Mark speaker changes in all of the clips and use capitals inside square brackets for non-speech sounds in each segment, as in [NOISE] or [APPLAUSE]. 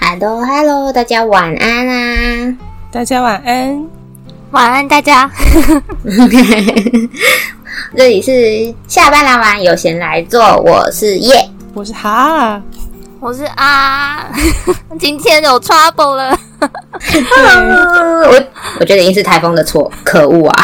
Speaker 1: Hello Hello，大家晚安啊！
Speaker 2: 大家晚安。
Speaker 3: 晚安，大家。
Speaker 1: [LAUGHS] 这里是下班来玩，有闲来做，我是叶。
Speaker 2: 我是哈，
Speaker 3: 我是啊， [LAUGHS] 今天有 trouble 了。
Speaker 1: 啊 [LAUGHS] 我我觉得一定是台风的错，可恶啊！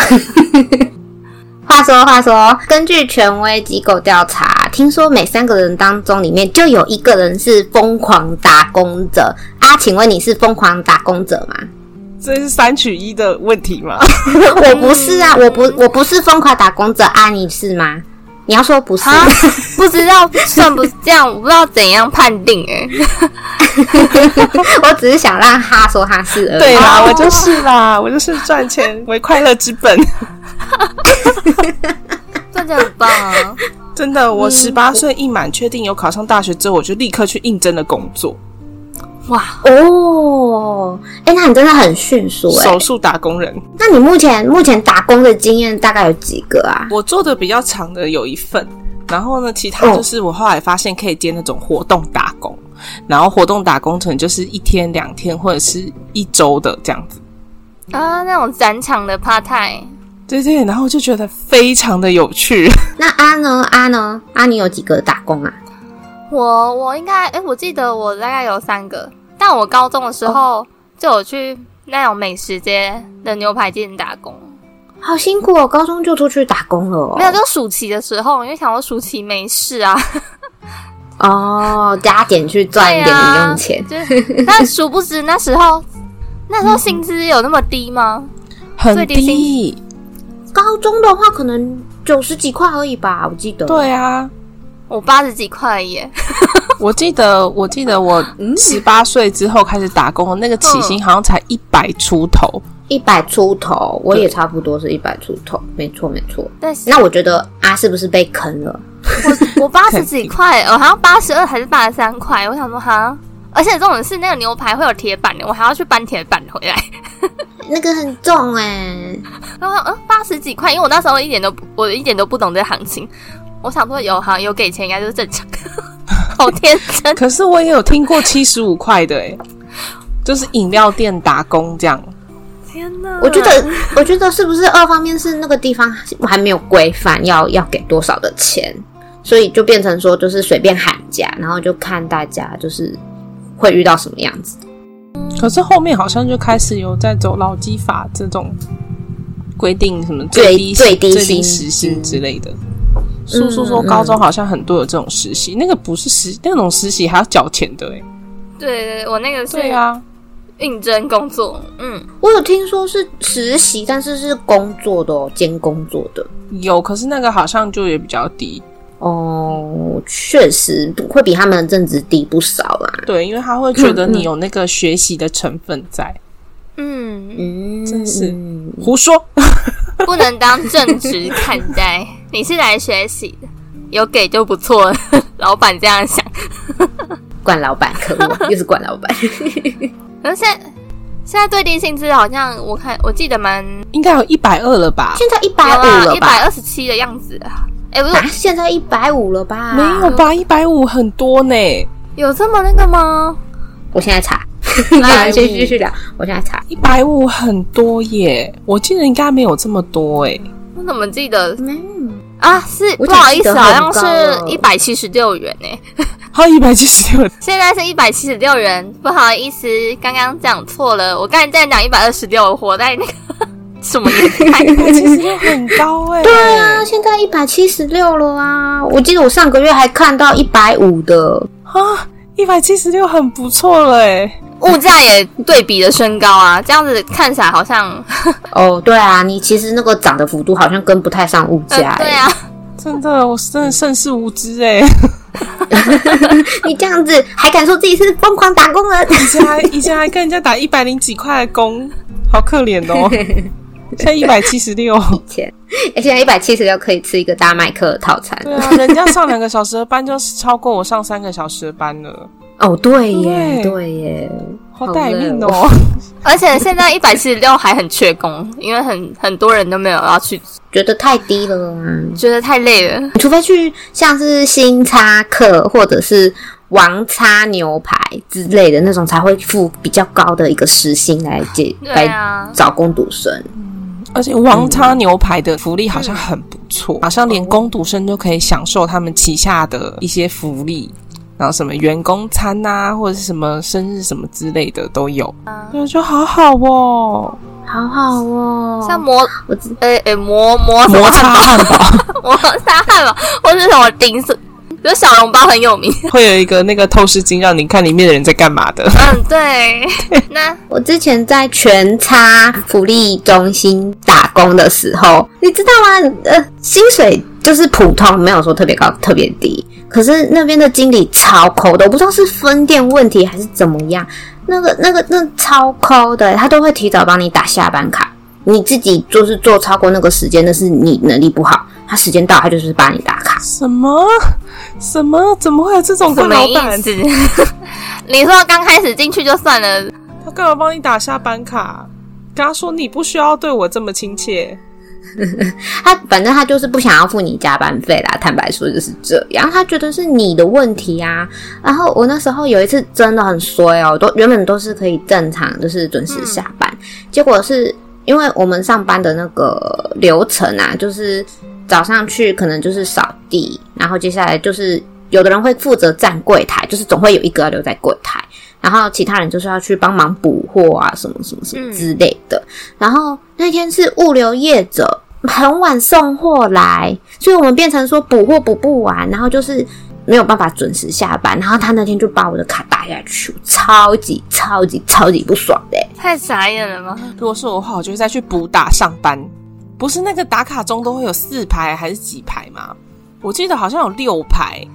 Speaker 1: [LAUGHS] 话说话说，根据权威机构调查，听说每三个人当中里面就有一个人是疯狂打工者啊。请问你是疯狂打工者吗？
Speaker 2: 这是三取一的问题吗？
Speaker 1: [LAUGHS] 我不是啊，我不我不是疯狂打工者啊，你是吗？你要说不是，
Speaker 3: 啊，不知道算不这样，我不知道怎样判定哎、
Speaker 1: [LAUGHS] 我只是想让他说他是而已。
Speaker 2: 对啦，啊我就是啦，我就是赚钱为快乐之本。 [LAUGHS]
Speaker 3: 真的很棒啊！
Speaker 2: 真的，我十八岁一满，确定有考上大学之后，我就立刻去应征了工作，
Speaker 3: 哇，
Speaker 1: 哦，哎、那你真的很迅速哎、
Speaker 2: 手术打工人。
Speaker 1: 那你目前目前打工的经验大概有几个啊？
Speaker 2: 我做的比较长的有一份，然后呢，其他就是我后来发现可以接那种活动打工，然后活动打工可能就是一天、两天或者是一周的这样子。
Speaker 3: 啊，那种展场的 part time，
Speaker 2: 对对，然后我就觉得非常的有趣。
Speaker 1: 那阿呢？阿呢？阿你有几个打工啊？
Speaker 3: 我我应该哎、我记得我大概有三个，但我高中的时候就有去那种美食街的牛排店打工，
Speaker 1: 好辛苦哦，高中就出去打工了哦。
Speaker 3: 没有，就暑期的时候，因为想说暑期没事啊，
Speaker 1: 哦，加点去赚一点零用钱。
Speaker 3: 对啊就是，但殊不知那时候那时候薪资有那么低吗？
Speaker 2: 很
Speaker 3: 最低薪
Speaker 2: 低，
Speaker 1: 高中的话可能九十几块而已吧，我记得。，
Speaker 2: 对啊，
Speaker 3: 我八十几块耶，
Speaker 2: 我记得，我记得我十八岁之后开始打工，那个起薪好像才一百出头。
Speaker 1: 一百出头，我也
Speaker 2: 对
Speaker 1: 差不多是一百出头，没错没错。
Speaker 3: 但是
Speaker 1: 那我觉得阿是不是被坑了？
Speaker 3: 我我八十几块，哦我好像八十二还是八十三块，我想说哈，而且这种是那个牛排会有铁板的，我还要去搬铁板回来。
Speaker 1: 那个很重哎、
Speaker 3: 然后我想嗯，八十几块，因为我那时候一点都不，我一点都不懂这行情，我想说有哈有给钱应该就是正常， [LAUGHS] 好天真。
Speaker 2: 可是我也有听过七十五块的、欸，就是饮料店打工这样。
Speaker 3: 天哪
Speaker 1: 我觉得，我觉得是不是二方面是那个地方还没有规范要要给多少的钱，所以就变成说就是随便喊价，然后就看大家就是会遇到什么样子。
Speaker 2: 可是后面好像就开始有在走劳基法这种规定，什么
Speaker 1: 最
Speaker 2: 低
Speaker 1: 最
Speaker 2: 最
Speaker 1: 低薪
Speaker 2: 低时薪嗯之类的。叔叔说，高中好像很多有这种实习，那个不是实那种实习还要缴钱的、欸，
Speaker 3: 对对，我那个是
Speaker 2: 对啊，
Speaker 3: 应征工作，嗯，
Speaker 1: 我有听说是实习，但是是工作的哦，兼工作的
Speaker 2: 有，可是那个好像就也比较低，
Speaker 1: 哦，确实不会比他们的正职低不少啊啦。
Speaker 2: 对，因为他会觉得你有那个学习的成分在。
Speaker 3: 嗯，
Speaker 1: 嗯，
Speaker 2: 真是
Speaker 1: 嗯
Speaker 2: 胡说， [LAUGHS]
Speaker 3: 不能当正职看待，你是来学习的，有给就不错了。 [LAUGHS] 老板这样想，
Speaker 1: 管老板，可恶，又是管老板。
Speaker 3: 可是现在现在最低薪资好像我看我记得蛮啊
Speaker 2: 应该有一百二了吧？
Speaker 1: 现在一百五了
Speaker 3: 一百
Speaker 1: 吧？
Speaker 3: 二十七的样子啊。哎、不
Speaker 1: 啊，
Speaker 3: 是
Speaker 1: 现在一百五了吧？
Speaker 2: 没有吧？一百五很多呢。
Speaker 3: 有这么那个吗？
Speaker 1: 我现在查，
Speaker 2: 来
Speaker 1: [LAUGHS] 继续继续聊。我现在查，
Speaker 2: 一百五很多耶，我记得应该没有这么多哎。
Speaker 3: 我怎么记得
Speaker 1: 嗯，
Speaker 3: 啊？是
Speaker 1: 我
Speaker 3: 不
Speaker 1: 只
Speaker 3: 好
Speaker 1: 记
Speaker 3: 意
Speaker 1: 得
Speaker 3: 思，
Speaker 1: 很
Speaker 3: 好像
Speaker 1: 高
Speaker 3: 是一百七十六元呢、
Speaker 2: 还啊有一百七十六，
Speaker 3: 现在是一百七十六元，不好意思，刚刚讲错了。我刚才在讲一百二十六，我活在那个 [LAUGHS] 什么年
Speaker 1: [LAUGHS]
Speaker 3: 代？
Speaker 2: 一百七十六很高哎。 [LAUGHS] 对
Speaker 1: 那现在一百七十六了啊！我记得我上个月还看到一百五的，
Speaker 2: 啊，一百七十六很不错了哎。
Speaker 3: 物价也对比了身高啊，这样子看起来好像
Speaker 1: 哦，对啊，你其实那个涨的幅度好像跟不太上物价、
Speaker 3: 对，啊，
Speaker 2: 真的，我真的盛世无知 [LAUGHS] 哎！
Speaker 1: 欸 [LAUGHS] 你这样子还敢说自己是疯狂打工人？
Speaker 2: 以前还以前还跟人家打一百零几块的工，好可怜 [LAUGHS] 哦。现在一百七十六，
Speaker 1: 钱，而欸且一百七十六可以吃一个大麦克的套
Speaker 2: [LAUGHS]
Speaker 1: 餐。
Speaker 2: 对啊，人家上两个小时的班就是超过我上三个小时的班了，
Speaker 1: 哦，对耶，
Speaker 2: 对
Speaker 1: 对耶，
Speaker 2: 好歹命
Speaker 1: 好累
Speaker 2: [LAUGHS] 哦。
Speaker 3: 而且现在一百七十六还很缺工，因为很很多人都没有要去，
Speaker 1: 觉得太低了啊！
Speaker 3: 觉得太累了。
Speaker 1: 除非去像是星巴克或者是王叉牛排之类的那种，才会付比较高的一个时薪来解、
Speaker 3: 对
Speaker 1: 来
Speaker 3: 啊，
Speaker 1: 找工读生。
Speaker 2: 而且王叉牛排的福利好像很不错，好像连工读生都可以享受他们旗下的一些福利，然后什么员工餐啊，或者是什么生日什么之类的都有，对，就好好哦。
Speaker 1: 好好哦，
Speaker 3: 像哎摩
Speaker 1: 我知
Speaker 3: 诶诶摩摩什么
Speaker 2: 摩擦汉 [LAUGHS] 堡
Speaker 3: [LAUGHS] 摩擦汉堡，或是什么丁是，比如小笼包很有名。
Speaker 2: 会有一个那个透视镜，让你看里面的人在干嘛的。
Speaker 3: [LAUGHS] 嗯，对。那
Speaker 1: 呃我之前在全差福利中心打工的时候，你知道吗？呃，薪水就是普通，没有说特别高、特别低。可是那边的经理超抠的，我不知道是分店问题还是怎么样。那个、那个、那超抠的，他都会提早帮你打下班卡。你自己就是做超过那个时间，那是你能力不好。他时间到，他就是帮你打卡。
Speaker 2: 什么？什么？怎么会有这种
Speaker 3: 什
Speaker 2: 官
Speaker 3: 么
Speaker 2: 老
Speaker 3: 意
Speaker 2: 板？
Speaker 3: 思？ [LAUGHS] 你说刚开始进去就算了，
Speaker 2: 他干嘛帮你打下班卡？啊跟他说你不需要对我这么亲切。
Speaker 1: 他反正他就是不想要付你加班费啦，坦白说就是这样，他觉得是你的问题啊。然后我那时候有一次真的很衰哦，都原本都是可以正常就是准时下班，结果是因为我们上班的那个流程啊，就是早上去可能就是扫地，然后接下来就是有的人会负责站柜台，就是总会有一个要留在柜台。然后其他人就是要去帮忙补货啊，什么什么什么之类的。然后那天是物流业者很晚送货来，所以我们变成说补货补不完，然后就是没有办法准时下班。然后他那天就把我的卡打下去，我超级超级超级不爽的欸、
Speaker 3: 太傻眼了吗？
Speaker 2: 如果是我的话，我就会再去补打上班。不是那个打卡中都会有四排还是几排吗？我记得好像有六排。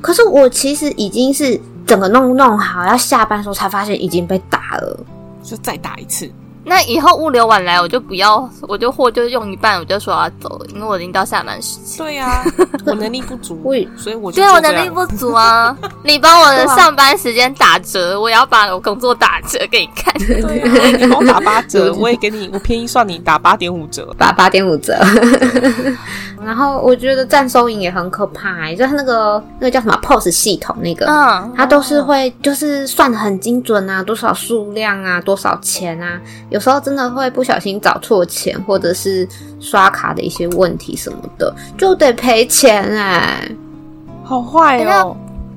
Speaker 1: 可是我其实已经是整个弄弄好，要下班的时候才发现已经被打了。
Speaker 2: 就再打一次，
Speaker 3: 那以后物流晚来，我就不要，我就货就用一半，我就说我要走了，因为我已经到下班时间。
Speaker 2: 对呀、 [LAUGHS] 我能力不足
Speaker 1: 啊我也，啊
Speaker 2: 所以我就
Speaker 3: 对，我
Speaker 2: 就这
Speaker 3: 能
Speaker 2: 样
Speaker 3: 力不足啊！你帮我的上班时间打折，我也要把我工作打折给你看。
Speaker 2: 对呀、你帮我打八
Speaker 1: [LAUGHS]
Speaker 2: 折，我也给你，我便宜算你打八点五折。
Speaker 1: 八八点五折。 [LAUGHS] 然后我觉得站收银也很可怕、欸，就是那个那个叫什么 POS 系统那个，
Speaker 3: 嗯，
Speaker 1: 它都是会就是算的很精准啊，多少数量啊，多少钱啊，有时候真的会不小心找错钱，或者是刷卡的一些问题什么的，就得赔钱哎、
Speaker 2: 好坏哦！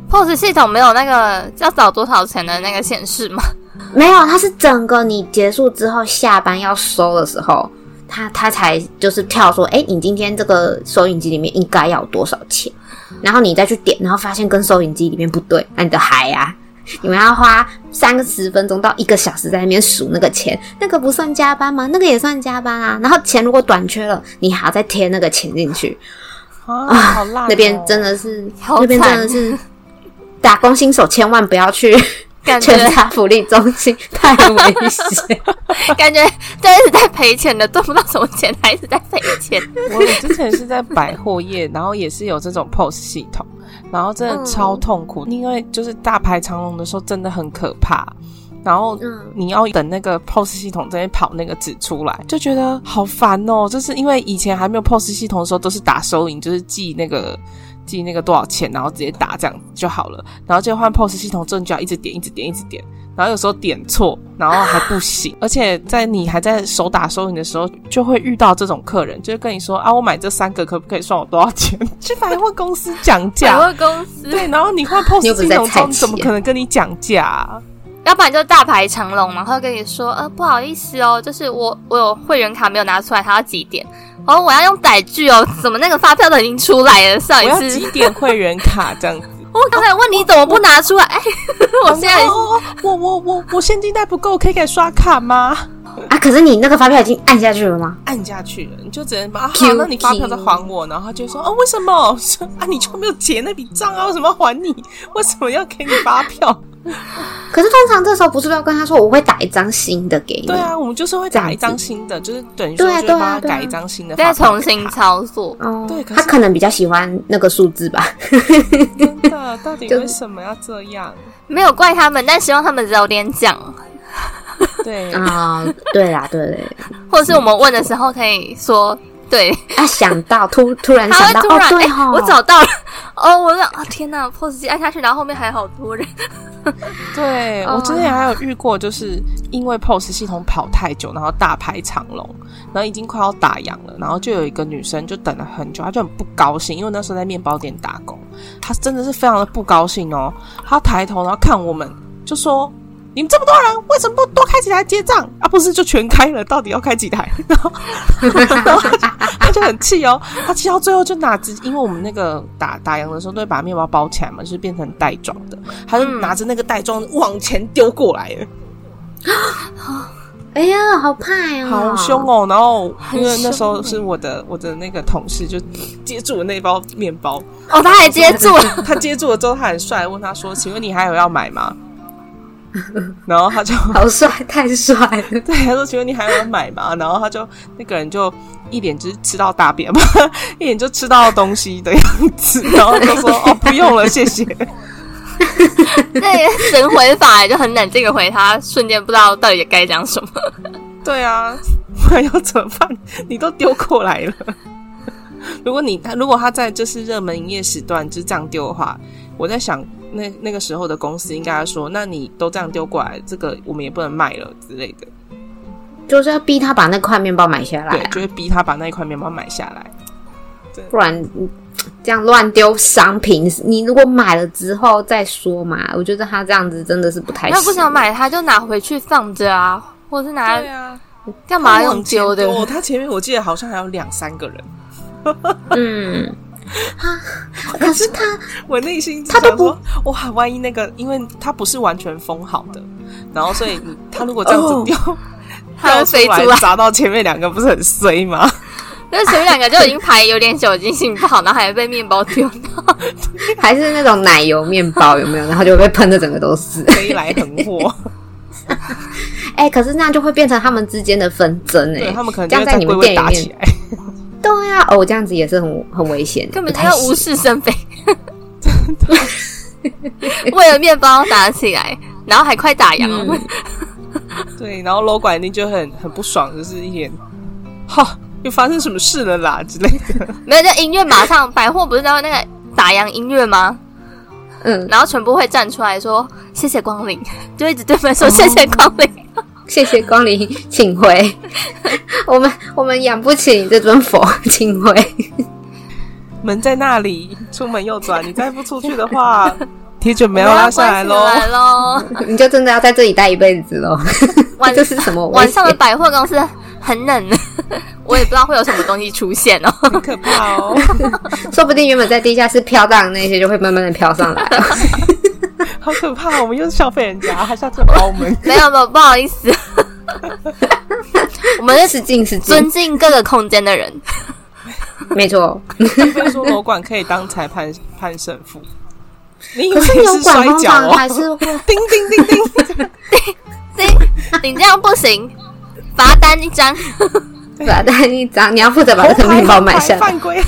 Speaker 3: POS 系统没有那个要找多少钱的那个显示
Speaker 2: [LAUGHS]
Speaker 3: 吗？
Speaker 1: 没有，它是整个你结束之后下班要收的时候，它它才就是跳说，哎、你今天这个收银机里面应该要有多少钱，然后你再去点，然后发现跟收银机里面不对，那你的海呀、你们要花三十分钟到一个小时在那边数那个钱，那个不算加班吗？那个也算加班啊。然后钱如果短缺了，你还要再贴那个钱进去，
Speaker 2: 啊，好辣、
Speaker 1: [LAUGHS] 那边真的是，
Speaker 3: 好
Speaker 1: 那边真的
Speaker 3: 惨 [LAUGHS]
Speaker 1: 是打工新手千万不要去
Speaker 3: 感觉
Speaker 1: 全家福利中
Speaker 3: [LAUGHS]
Speaker 1: 心，太危险。
Speaker 3: 感觉就一直在赔钱的，赚不到什么钱，还一直在赔
Speaker 2: [LAUGHS]
Speaker 3: 钱。
Speaker 2: 我我之前是在百货业，然后也是有这种 POS 系统，然后真的超痛苦，因为就是大排长龙的时候真的很可怕。然后你要等那个 POS 系统这边跑那个纸出来，就觉得好烦哦。就是因为以前还没有 POS 系统的时候，都是打收银，就是记那个记那个多少钱，然后直接打这样就好了。然后就换 POS 系统之后，你就要一直点，一直点，一直点。然后有时候点错，然后还不行，而且在你还在手打收银的时候，就会遇到这种客人，就会跟你说啊，我买这三个可不可以算我多少钱？ [LAUGHS] 去百货公司讲
Speaker 3: 百
Speaker 2: 价，
Speaker 3: 货公司，
Speaker 2: [LAUGHS] 对，然后你换 POS
Speaker 1: 你又不是
Speaker 2: 系
Speaker 1: 在
Speaker 2: 统之后，
Speaker 1: 菜
Speaker 2: 你怎么
Speaker 1: 奇
Speaker 2: 可能跟你讲价啊、
Speaker 3: 要不然就大排长龙，然后跟你说，呃，不好意思哦，就是我我有会员卡没有拿出来，他要几点？哦，我要用载具哦，怎么那个发票都已经出来了？上
Speaker 2: 我
Speaker 3: 一
Speaker 2: 要
Speaker 3: 次
Speaker 2: 几点会员卡这样 [LAUGHS] 子？
Speaker 3: 我刚才问你怎么不拿出
Speaker 2: [LAUGHS]
Speaker 3: 来，哎，我现在
Speaker 2: 哦，我我我我现金贷不够，可以给刷卡吗？
Speaker 1: 啊！可是你那个发票已经按下去了吗？
Speaker 2: 按下去了，你就只能把啊，好
Speaker 1: Q，
Speaker 2: 那你发票再还我。然后他就说啊，为什么？ [LAUGHS] 我说啊，你就没有结那笔账啊？为什么要还你？为什么要给你发
Speaker 1: [LAUGHS]
Speaker 2: 票？
Speaker 1: 可是通常这时候不是都要跟他说我会打一张新的给你？
Speaker 2: 对啊，我们就是会打一张新的，就是等于说
Speaker 1: 对啊
Speaker 2: 就是帮他
Speaker 1: 对啊对啊
Speaker 2: 改一张新的发
Speaker 3: 再
Speaker 2: 票
Speaker 1: [LAUGHS]
Speaker 3: 重
Speaker 2: 给
Speaker 3: 新
Speaker 2: 他
Speaker 3: 操作。
Speaker 1: 哦，
Speaker 2: 对可是
Speaker 1: 他可能比较喜欢那个数字
Speaker 2: [LAUGHS]
Speaker 1: 吧。
Speaker 2: 真的，啊到底
Speaker 1: 就是
Speaker 2: 为什么要这样？
Speaker 3: 没有怪他们，但希望他们早点讲，
Speaker 2: 对，
Speaker 1: 啊、对啦，对对，
Speaker 3: 或是我们问的时候可以说，对，
Speaker 1: 啊，想到突突然
Speaker 3: 他
Speaker 1: 想到
Speaker 3: 会突然，
Speaker 1: 哦，对
Speaker 3: 哎、
Speaker 1: 哈、
Speaker 3: 我找到了，哦，我想啊，天哪，POS 机按下去，然后后面还好多人。
Speaker 2: 对、我之前还有遇过，就是因为 POS 系统跑太久，然后大排长龙，然后已经快要打烊了，然后就有一个女生就等了很久，她就很不高兴，因为那时候在面包店打工，她真的是非常的不高兴哦。她抬头然后看我们，就说：“你们这么多人，为什么不多开几台结账啊？不是就全开了，到底要开几台？” [LAUGHS] 然后，然后她就很气哦，她气到最后就拿纸，因为我们那个打打烊的时候都会把面包包起来嘛，就是变成袋装的。他就拿着那个袋装往前丢过来了，
Speaker 1: 哎呀，好怕呀、
Speaker 2: 好凶！哦！然后因为那时候是我的我的那个同事就接住了那包 [LAUGHS] 面包，
Speaker 3: 哦，他还 [LAUGHS] 接住了，
Speaker 2: 他接住了之后，他很帅，问他说：“请问你还有要买吗？”然后他就 [LAUGHS]
Speaker 1: 好帅，太帅了！
Speaker 2: 对他说：“请问你还有要买吗？”然后他就那个人就一脸就是吃到大便嘛， [LAUGHS] 一脸就吃到东西的样子，然后就说：“哦，不用了，谢谢。”
Speaker 3: 那神回法也就很冷静的回他，瞬间不知道到底该讲什么。
Speaker 2: 对啊， [LAUGHS] 不然要怎么办？你都丢过来了。 [LAUGHS] 如果你如果他在就是热门营业时段就这样丢的话，我在想那那个时候的公司应该说，那你都这样丢过来，这个我们也不能卖了之类的，
Speaker 1: 就是要逼他把那块面包买下来
Speaker 2: 对，
Speaker 1: 啊，
Speaker 2: 就会逼他把那一块面包买下来。
Speaker 1: 不然嗯这样乱丢商品，你如果买了之后再说嘛。我觉得他这样子真的是不太
Speaker 3: 那不
Speaker 1: 行
Speaker 3: 想买，他就拿回去放着啊，或者是拿来
Speaker 2: 啊，
Speaker 3: 干嘛用丢的？
Speaker 2: 哦，他前面我记得好像还有两三个人，
Speaker 1: 嗯啊， [LAUGHS] 可是他
Speaker 2: [LAUGHS] 我内心
Speaker 1: 他
Speaker 2: 他
Speaker 1: 都
Speaker 2: 都说，哇，万一那个，因为它不是完全封好的，然后
Speaker 1: [LAUGHS]
Speaker 2: 所以你他如果这样
Speaker 1: 哦
Speaker 2: 子丢，
Speaker 3: 它会飞出来
Speaker 2: 掉砸到前面两个，不是很
Speaker 1: [LAUGHS]
Speaker 2: 衰吗？
Speaker 3: 那前面两个就已经排有点酒精性不好，然后还被面包丢到。
Speaker 1: 还是那种奶油面
Speaker 2: [LAUGHS]
Speaker 1: 包有没有？然后就被喷的整个都是。
Speaker 2: 飞来横祸，
Speaker 1: 哎、可是那样就会变成他们之间的纷争哎、
Speaker 2: 对他们可能
Speaker 1: 这
Speaker 2: 就
Speaker 1: 样
Speaker 2: 会
Speaker 1: 在
Speaker 2: 在
Speaker 1: 你
Speaker 2: 柜
Speaker 1: 们
Speaker 2: 位
Speaker 1: 店里
Speaker 2: 打起
Speaker 1: 面，
Speaker 2: 来。
Speaker 1: 对啊，哦，这样子也是很很危险，
Speaker 3: 根本
Speaker 1: 不
Speaker 3: 就
Speaker 1: 太
Speaker 3: 要
Speaker 1: 行
Speaker 3: 无事
Speaker 2: [LAUGHS]
Speaker 3: 生非， [LAUGHS] 为了面包打起来，然后还快打烊了。
Speaker 2: 对，然后楼管一定就很很不爽，就是一脸，哈，又发生什么事了啦之类的。
Speaker 3: [LAUGHS]
Speaker 1: [LAUGHS]
Speaker 3: 没有，就音乐马上，百货不是都有那个打烊音乐吗？
Speaker 1: 嗯，
Speaker 3: 然后全部会站出来说谢谢光临， [LAUGHS] 就一直对
Speaker 2: 哦
Speaker 3: 门说谢谢光
Speaker 2: [LAUGHS]
Speaker 3: 临。
Speaker 1: 谢谢光临，请回。 [LAUGHS] 我们我们养不起你这尊佛，请回。 [LAUGHS]
Speaker 2: 门在那里，出门右转，你再不出去
Speaker 1: [LAUGHS]
Speaker 2: 的话，铁卷没有
Speaker 3: 我们
Speaker 2: 拉
Speaker 3: 要
Speaker 2: 下来
Speaker 3: 关起
Speaker 2: 喽。 [LAUGHS]
Speaker 3: 来喽！
Speaker 1: 你就真的要在这里待一辈子 [LAUGHS] 喽。
Speaker 3: 晚
Speaker 1: 这是什
Speaker 2: 哦
Speaker 1: 么危
Speaker 3: [LAUGHS] 晚
Speaker 1: 险？
Speaker 3: 上的百货公司很冷， [LAUGHS] 我也不知道会有什么东西出现
Speaker 2: [LAUGHS]
Speaker 3: 哦。
Speaker 2: 很可怕哦，
Speaker 1: 说不定原本在地下室飘荡的那些就会慢慢的飘上
Speaker 2: [LAUGHS]
Speaker 1: 来。 [LAUGHS]
Speaker 2: 好可怕！哦我们又是消费人家，他下次包我们。
Speaker 3: 没有没有，不好
Speaker 2: [LAUGHS]
Speaker 3: 意思，我们是
Speaker 1: 失敬失敬
Speaker 3: 尊，敬各个空间
Speaker 2: [LAUGHS]
Speaker 3: 的人。
Speaker 1: 没错。 [LAUGHS]
Speaker 2: 除非说楼管可以当裁判 [LAUGHS] 判胜负。你以为
Speaker 1: 可是有
Speaker 2: 是
Speaker 1: 管
Speaker 2: 摔
Speaker 1: 通
Speaker 2: 跤
Speaker 1: 常
Speaker 2: 哦？
Speaker 1: 还是会
Speaker 2: [LAUGHS] 叮叮叮叮，
Speaker 3: 对，你这样不行，罚单一张。 [LAUGHS]
Speaker 1: 罚单一啊张，你要负责 [LAUGHS] 把这个
Speaker 2: 红牌
Speaker 1: 面包
Speaker 2: 红牌
Speaker 1: 买下来，
Speaker 2: 犯规，啊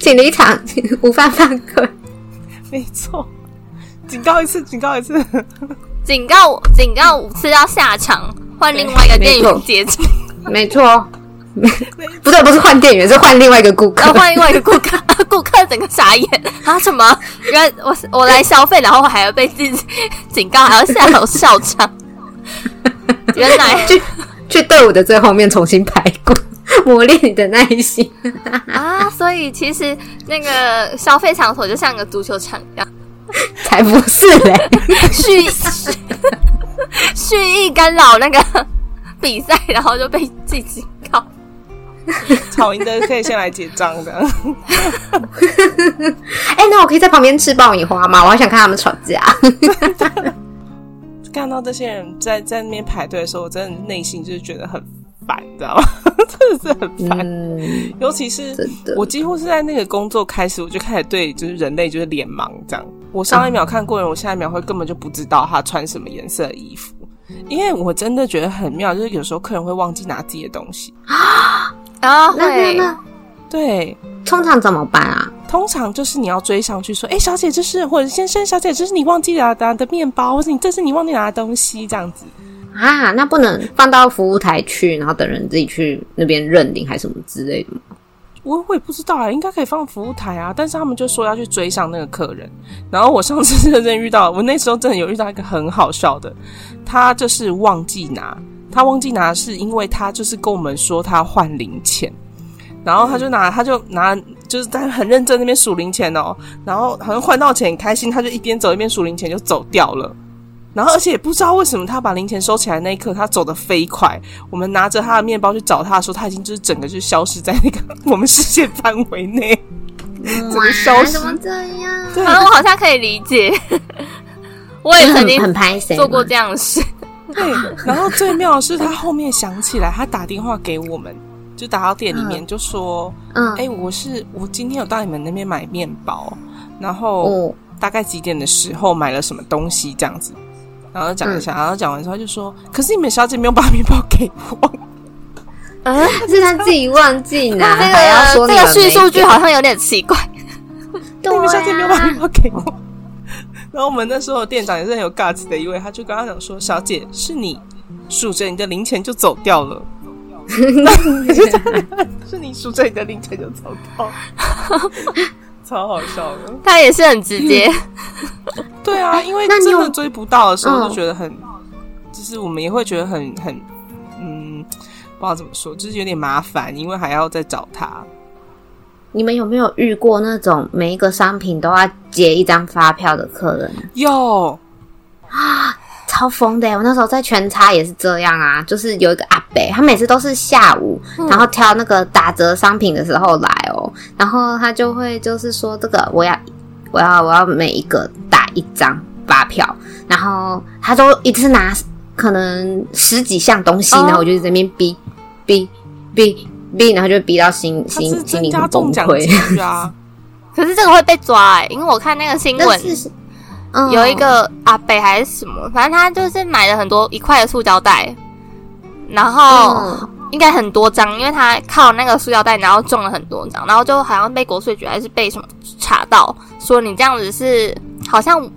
Speaker 1: 请离场， [LAUGHS] 无犯犯规。
Speaker 2: 没错。警告一次，警告一次，
Speaker 3: 警告警告五次要下场，换另外一个店员结账，
Speaker 1: 没错， [LAUGHS] 不对，不是换店员，是哦换另外一个顾
Speaker 3: 然
Speaker 1: 客
Speaker 3: 后。换另外一个顾客， [LAUGHS] 顾客整个傻眼啊！什么？原来我我来消费，然后我还要被自己警告，还要下楼笑
Speaker 1: [LAUGHS]
Speaker 3: 场。原来
Speaker 1: 去去队伍的最后面重新排过， [LAUGHS] 磨练你的耐心。
Speaker 3: 啊，所以其实那个消费场所就像个足球场一样，
Speaker 1: 才不是嘞！
Speaker 3: 蓄意 [LAUGHS] 蓄意干扰那个比赛，然后就被自己警告。
Speaker 2: 吵赢的可以先来结账的。
Speaker 1: [LAUGHS] 哎、那我可以在旁边吃爆米花吗？我好想看他们吵架。
Speaker 2: 看到这些人在在那边排队的时候，我真的内心就是觉得很烦，你知道吗？ [LAUGHS] 真的是很烦。
Speaker 1: 嗯，
Speaker 2: 尤其是
Speaker 1: 真的
Speaker 2: 我几乎是在那个工作开始，我就开始对就是人类就是脸盲这样。我上一秒看过人，我下一秒会根本就不知道他穿什么颜色的衣服，因为我真的觉得很妙，就是有时候客人会忘记拿自己的东西。
Speaker 3: 啊，
Speaker 1: [LAUGHS] 那那
Speaker 3: 会
Speaker 1: 那，
Speaker 2: 对，
Speaker 1: 通常怎么办啊？
Speaker 2: 通常就是你要追上去说：“哎、小姐，这是或者先生，小姐，这是你忘记拿拿的面包，或者你这是你忘记拿的东西，这样子。”
Speaker 1: 啊，那不能放到服务台去，然后等人自己去那边认领还是什么之类的吗？
Speaker 2: 我我也不知道啊、应该可以放服务台啊，但是他们就说要去追上那个客人。然后我上次认真遇到，我那时候真的有遇到一个很好笑的，他就是忘记拿，他忘记拿是因为他就是跟我们说他换零钱，然后他就拿他就拿就是在很认真那边数零钱哦，然后好像换到钱很开心，他就一边走一边数零钱就走掉了。然后，而且也不知道为什么他把零钱收起来那一刻，他走得飞快。我们拿着他的面包去找他的时候，他已经就是整个就消失在那个 [LAUGHS] 我们视线范围内。
Speaker 1: 怎
Speaker 2: 怎么消
Speaker 1: 嗯
Speaker 2: 失
Speaker 1: 啊怎么这样？
Speaker 2: 对，
Speaker 3: 反正我好像可以理解，我也曾
Speaker 1: 很很
Speaker 3: 经
Speaker 1: 拍谁
Speaker 3: 做过这样的事。
Speaker 2: 对，然后最妙的是，他后面想起来，他打电话给我们，就打到店里面，就说：“
Speaker 1: 嗯
Speaker 2: 哎、，我是我今天有到你们那边买面包，然后
Speaker 1: 哦，
Speaker 2: 大概几点的时候买了什么东西这样子。”然后讲一下，然后讲完之后他就说：“可是你们小姐没有把面包给我。”
Speaker 3: [LAUGHS] 嗯，
Speaker 1: 啊是他自己忘记拿，
Speaker 3: 这
Speaker 1: 啊还要说
Speaker 3: 个
Speaker 1: 你
Speaker 3: 这
Speaker 1: 们
Speaker 3: 个叙述句
Speaker 1: 没
Speaker 3: 好像有点奇怪。
Speaker 1: 给
Speaker 2: 你们小姐没有把
Speaker 1: 对啊
Speaker 2: 面包给我。 [LAUGHS] 然后我们那时候店长也是很有 guts 的一位，他就跟他讲说：“小姐，是你数着你的零钱就走掉 [LAUGHS] 了。”是你数着你的零钱就走 [LAUGHS] 掉了，超好笑的。
Speaker 3: 他也是很直接，
Speaker 1: 嗯
Speaker 2: 对啊，因为
Speaker 1: 那你
Speaker 2: 真
Speaker 1: 有
Speaker 2: 的追不到的时候，
Speaker 1: 嗯
Speaker 2: 就觉得很，就是我们也会觉得很很，嗯，不知道怎么说，就是有点麻烦，因为还要再找他。
Speaker 1: 你们有没有遇过那种每一个商品都要结一张发票的客人？
Speaker 2: 有，
Speaker 1: 超疯的耶！我那时候在全差也是这样啊，就是有一个阿伯，他每次都是下午，
Speaker 2: 嗯
Speaker 1: 然后挑那个打折商品的时候来哦，然后他就会就是说这个我要我要我要每一个打一张发票，然后他都一次拿可能十几项东西，
Speaker 3: 哦
Speaker 1: 然后我就在那边逼逼逼逼，然后就逼到心
Speaker 2: 他是
Speaker 1: 心心
Speaker 2: 增
Speaker 1: 里
Speaker 2: 加
Speaker 1: 很
Speaker 2: 中
Speaker 1: 崩
Speaker 2: 奖
Speaker 1: 溃
Speaker 2: 几。率啊。
Speaker 3: [LAUGHS] 可是这个会被抓哎、因为我看那个新
Speaker 1: [LAUGHS] 但
Speaker 3: 闻，
Speaker 1: 是、嗯
Speaker 3: 有一个阿北还是什么，反正他就是买了很多一块的塑胶袋，然后
Speaker 1: 嗯
Speaker 3: 应该很多张，因为他靠那个塑胶袋，然后中了很多张，然后就好像被国税局还是被什么查到，说你这样子是好像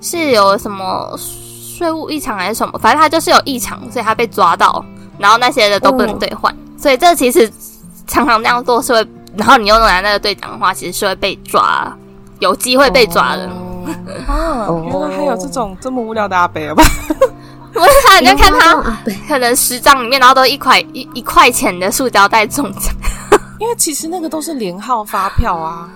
Speaker 3: 是有什么税务异常还是什么，反正他就是有异常，所以他被抓到，然后那些的都不能兑换，所以这其实常常这样做是会，然后你又拿那个兑奖的话，其实是会被抓，有机会被抓的。 [LAUGHS]
Speaker 2: 啊！
Speaker 1: 哦
Speaker 2: 原来还有这种这么无聊的阿哦 [LAUGHS] 北，好吧？
Speaker 3: 我差点就看
Speaker 1: 有
Speaker 3: 他
Speaker 1: 那种阿伯
Speaker 3: 可能十张里面，然后都一块一一块钱的塑胶袋中 [LAUGHS] 奖，
Speaker 2: 因为其实那个都是连号发票啊，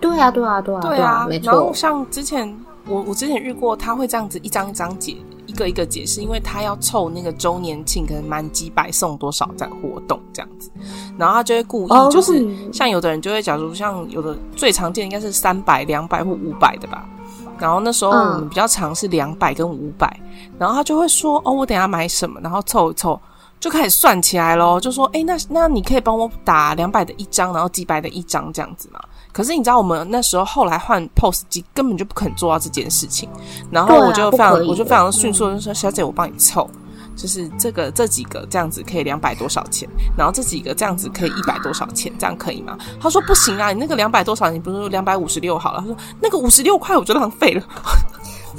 Speaker 1: 对啊对啊对啊
Speaker 2: 对
Speaker 1: 啊
Speaker 2: 啊，。
Speaker 1: 没
Speaker 2: 然后
Speaker 1: 错，
Speaker 2: 像之前我我之前遇过，他会这样子一张一张解，一个一个解释，因为他要凑那个周年庆，可能满几百送多少这样活动这样子，然后他就会故
Speaker 1: 哦
Speaker 2: 意就是、
Speaker 1: 如果你
Speaker 2: 像有的人就会，假如像有的最常见应该是三百、两百或五百的吧。然后那时候
Speaker 1: 嗯
Speaker 2: 我们比较常是两百跟五百，然后他就会说哦，我等一下买什么，然后凑一凑，就开始算起来咯，就说哎，那那你可以帮我打两百的一张，然后几百的一张这样子嘛。可是你知道我们那时候后来换 POS 机根本就不肯做到这件事情，然后
Speaker 1: 对啊
Speaker 2: 我就非常、
Speaker 1: 不可以
Speaker 2: 我就非常迅速地就说小姐，我帮你凑。就是这个这几个这样子可以两百多少钱，然后这几个这样子可以一百多少钱，这样可以吗？他说不行啊，你那个两百多少，你不是两百五十六好了？他说那个五十六块我就浪费了。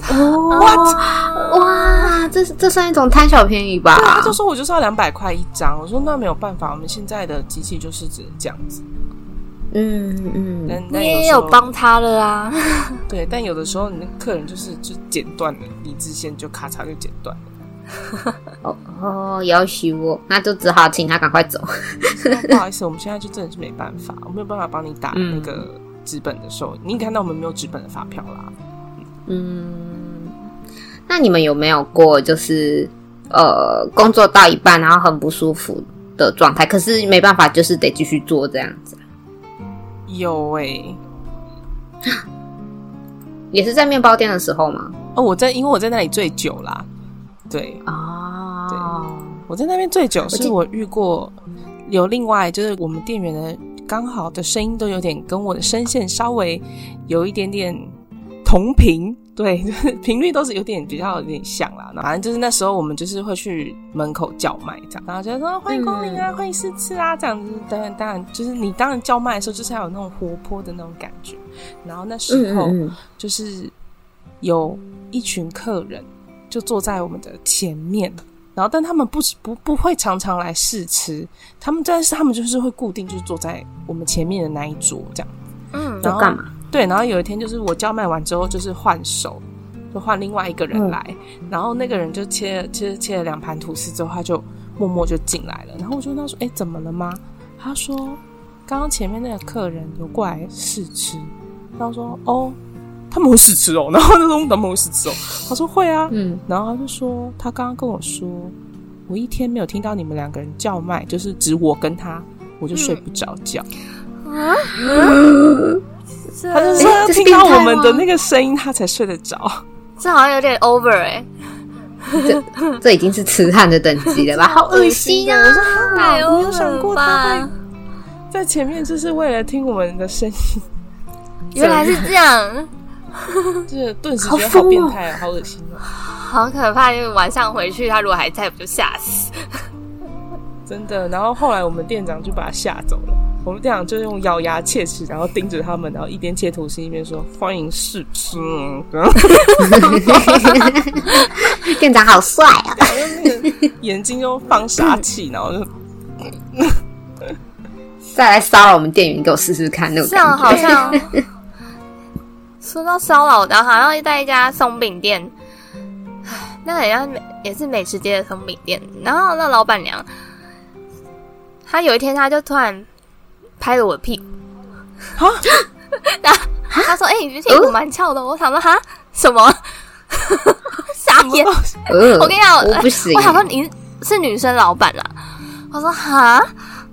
Speaker 1: 哦哇，这是这算一种贪小便宜吧
Speaker 2: 对，？他就说我就是要两百块一张。我说那没有办法，我们现在的机器就是只能这样子。
Speaker 1: 嗯嗯，
Speaker 2: 但
Speaker 3: 你
Speaker 2: 但
Speaker 3: 也
Speaker 2: 时候
Speaker 3: 有帮他了啊。
Speaker 2: 对，但有的时候你的客人就是就剪断了理智线，就咔嚓就剪断了。
Speaker 1: 哦哦，要许我，那就只好请他赶快走。
Speaker 2: 那不好意思，我们现在就真的是没办法，我没有办法帮你打那个纸本的时候，你看到我们没有纸本的发票啦。
Speaker 1: 嗯，那你们有没有过就是呃工作到一半然后很不舒服的状态，可是没办法，就是得继续做这样子，
Speaker 2: 有欸诶、
Speaker 1: 也是在面包店的时候吗？
Speaker 2: 哦，我在因为我在那里最久啦，对
Speaker 1: 哦，
Speaker 2: 我在那边最久
Speaker 1: 记
Speaker 2: 是我遇过有另外就是我们店员的刚好的声音都有点跟我的声线稍微有一点点同频，对， [LAUGHS] 就是频率都是有点比较有点像啦。反正就是那时候我们就是会去门口叫卖这样，然后就说欢迎光临
Speaker 1: 嗯
Speaker 2: 啊，欢迎试吃啊这样子。当然当然就是你当然叫卖的时候就是要有那种活泼的那种感觉。然后那时候
Speaker 1: 嗯嗯嗯
Speaker 2: 就是有一群客人就坐在我们的前面，然后但他们不不不会常常来试吃，他们但是他们就是会固定就是坐在我们前面的那一桌这样。
Speaker 3: 嗯
Speaker 2: 然后
Speaker 1: 要干嘛？
Speaker 2: 对，然后有一天就是我叫卖完之后，就是换手，就换另外一个人来，然后那个人就切了切切了两盘吐司之后，他就默默就进来了，然后我就问他说：“哎，怎么了吗？”他说：“刚刚前面那个客人有过来试吃。”然后说：“哦，他们会试吃哦。”然后那时候他们会试吃哦，他说：“会啊。”
Speaker 1: 嗯，
Speaker 2: 然后他就说，他刚刚跟我说，我一天没有听到你们两个人叫卖，就是只我跟他，我就睡不着觉。
Speaker 3: 啊，
Speaker 2: 他就
Speaker 3: 这
Speaker 2: 说要
Speaker 1: 哎这是
Speaker 2: 听到
Speaker 1: 病态
Speaker 2: 我们的
Speaker 1: 吗
Speaker 2: 那个声音，他才睡得着。 [LAUGHS]
Speaker 3: 这好像有点 over 哎、
Speaker 1: 这已经是痴汉的等级了吧？ [LAUGHS] 好恶心啊！
Speaker 2: 我说哈
Speaker 3: 太
Speaker 2: 我没有
Speaker 3: over
Speaker 2: 想过
Speaker 3: 了
Speaker 2: 他
Speaker 3: 吧
Speaker 2: 会？在前面，就是为了听我们的声音，
Speaker 3: 原来是这样，
Speaker 2: 就是顿时
Speaker 1: 好
Speaker 2: 觉得好
Speaker 1: 疯
Speaker 2: 变
Speaker 1: 哦
Speaker 2: 态、哦，好恶心哦，
Speaker 3: 好可怕！因为晚上回去，他如果还在，不就吓死？
Speaker 2: 真的。然后后来我们店长就把他吓走了。我们店长就用咬牙切齿，然后盯着他们，然后一边切吐司一边说：“欢迎试吃。”然后 [LAUGHS]
Speaker 1: 店长好帅啊！
Speaker 2: 眼睛就
Speaker 1: [LAUGHS]
Speaker 2: 放杀气，然后就
Speaker 1: 再来骚扰我们店员，给我试试看那种
Speaker 3: 这样
Speaker 1: 感觉。
Speaker 3: 好像
Speaker 1: [LAUGHS]
Speaker 3: 说到骚扰的，好像在一家松饼店， [SIGHS] 唉那很像美也是美食街的松饼店。然后那老板娘，她有一天她就突然拍了我的屁股，
Speaker 2: 哈，
Speaker 3: 然后 [LAUGHS] 她说：“哎、你的屁股蛮翘的哦。”我想说：“哈，什么？” [LAUGHS] 傻眼！
Speaker 1: 呃
Speaker 3: 我跟你讲，
Speaker 1: 我不行。
Speaker 3: 我想说你是女生老板啦，啊我说哈，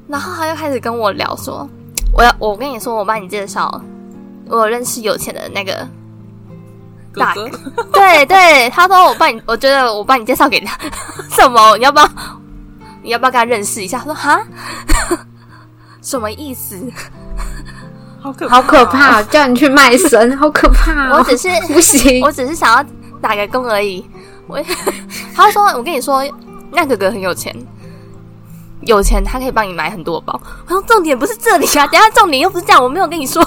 Speaker 3: 然后他就开始跟我聊说，我要我跟你说，我帮你介绍，我有认识有钱的那个， [LAUGHS]
Speaker 2: 哥
Speaker 3: 大
Speaker 2: 哥，
Speaker 3: 对对，他说我帮你，我觉得我帮你介绍给他， [LAUGHS] 什么？你要不要？你要不要跟他认识一下？他说哈， [LAUGHS] 什么意思？
Speaker 2: 好可
Speaker 1: 好可怕、哦！叫你去卖
Speaker 3: [LAUGHS]
Speaker 1: 身，好可怕、 [LAUGHS] 哦！
Speaker 3: 我只是
Speaker 1: 不行，
Speaker 3: 我只是想要打个工而已。我 [LAUGHS] 他说：“我跟你说，那哥哥很有钱，有钱他可以帮你买很多包。”我说：“重点不是这里啊，等一下重点又不是这样，我没有跟你说，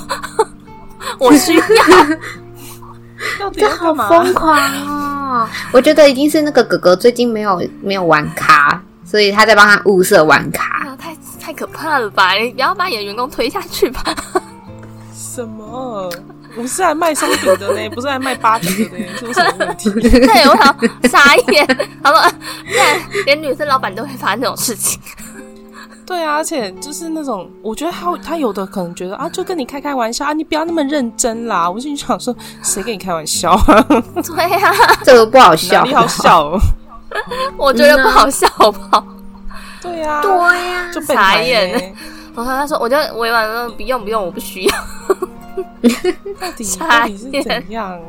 Speaker 3: [LAUGHS] 我需要。
Speaker 2: 到底
Speaker 1: 这
Speaker 2: 要
Speaker 1: 好
Speaker 2: 干嘛？
Speaker 1: 疯狂哦！我觉得一定是那个哥哥最近没有没有玩卡，所以他在帮他物色玩卡。
Speaker 3: [LAUGHS] 啊太太可怕了吧！你不要把你的员工推下去吧。
Speaker 2: 什么？我们是来卖松饼的呢，不是来卖八饼的呢，是有什么问题？
Speaker 3: 对，我想傻眼。他说，现在连女生老板都会发生这种事情。
Speaker 2: 对啊，而且就是那种，我觉得他他有的可能觉得啊，就跟你开开玩笑啊，你不要那么认真啦。我心里想说，谁跟你开玩笑 [LAUGHS] 啊？
Speaker 3: 对呀、
Speaker 1: 这个不好
Speaker 2: 哪
Speaker 1: 笑，
Speaker 2: 里好笑哦？
Speaker 3: 我觉得不好笑，好不好？
Speaker 2: 对啊，
Speaker 1: 对呀、
Speaker 2: 就被欸台
Speaker 3: 傻
Speaker 1: [LAUGHS]
Speaker 3: 眼
Speaker 2: 呢。
Speaker 3: 我说，他说，我就委婉地说不用不用，我不需要。
Speaker 2: 到底
Speaker 3: 傻
Speaker 2: 到底
Speaker 3: 眼
Speaker 2: 是怎样？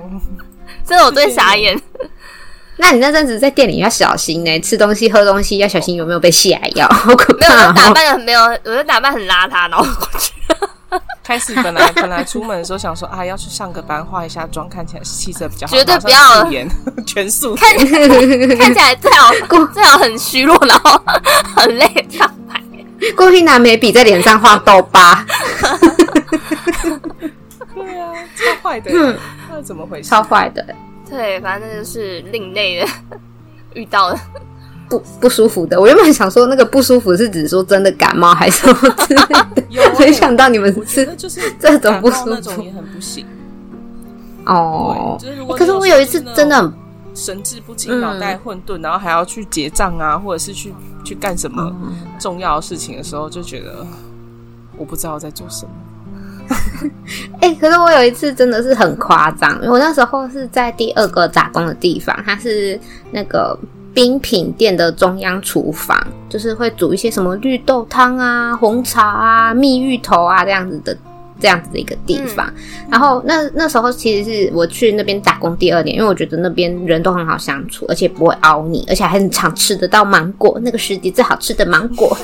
Speaker 3: 这是我最傻眼。
Speaker 1: [LAUGHS] 那你那阵子在店里要小心呢、吃东西喝东西要小心有没有被下
Speaker 3: [LAUGHS]
Speaker 1: 药，好可
Speaker 3: 没有，我
Speaker 1: 怕、
Speaker 3: 就打
Speaker 1: 哦！
Speaker 3: 扮的很没有，我就打扮很邋遢，
Speaker 1: [LAUGHS]
Speaker 3: 然后过去。
Speaker 2: 开始本来 [LAUGHS] 本来出门的时候想说啊，要去上个班，化一下妆，看起来气色比较好，
Speaker 3: 绝对
Speaker 2: 马上
Speaker 3: 不要了
Speaker 2: 素颜，全素颜。
Speaker 3: 看起来看起来
Speaker 1: [LAUGHS]
Speaker 3: 最好最好很虚弱，然后很累
Speaker 1: [LAUGHS]
Speaker 3: 这样拍。
Speaker 1: 过去拿眉笔在脸上画痘疤，
Speaker 2: 对啊，超坏的
Speaker 1: 嗯
Speaker 2: 耶，那怎么回事？
Speaker 1: 超坏的，
Speaker 3: 对，反正就是另类的遇到了。
Speaker 1: 不不舒服的。我原本想说那个不舒服是指说真的感冒还是什么之类
Speaker 3: [LAUGHS]
Speaker 1: 的，
Speaker 2: 有欸
Speaker 1: 没想到你们
Speaker 2: 我觉
Speaker 1: 是
Speaker 2: 得就是
Speaker 1: 这种不
Speaker 2: 感冒
Speaker 1: 舒
Speaker 2: 那种
Speaker 1: 服
Speaker 2: 也很不行。
Speaker 1: 哦
Speaker 2: 对就是如果
Speaker 1: 可是我有一次真的哦很
Speaker 2: 神志不清、
Speaker 1: 嗯
Speaker 2: 脑袋混沌，然后还要去结账啊，或者是去去干什么
Speaker 3: 嗯
Speaker 2: 重要的事情的时候，就觉得我不知道在做什么。
Speaker 1: 哎、可是我有一次真的是很夸张，因为我那时候是在第二个打工的地方，它是那个冰品店的中央厨房，就是会煮一些什么绿豆汤啊、红茶啊、蜜芋头啊这样子的。这样子的一个地方，然后那那时候其实是我去那边打工第二年，因为我觉得那边人都很好相处，而且不会凹你，而且还很常吃得到芒果，那个时节最好吃的芒果。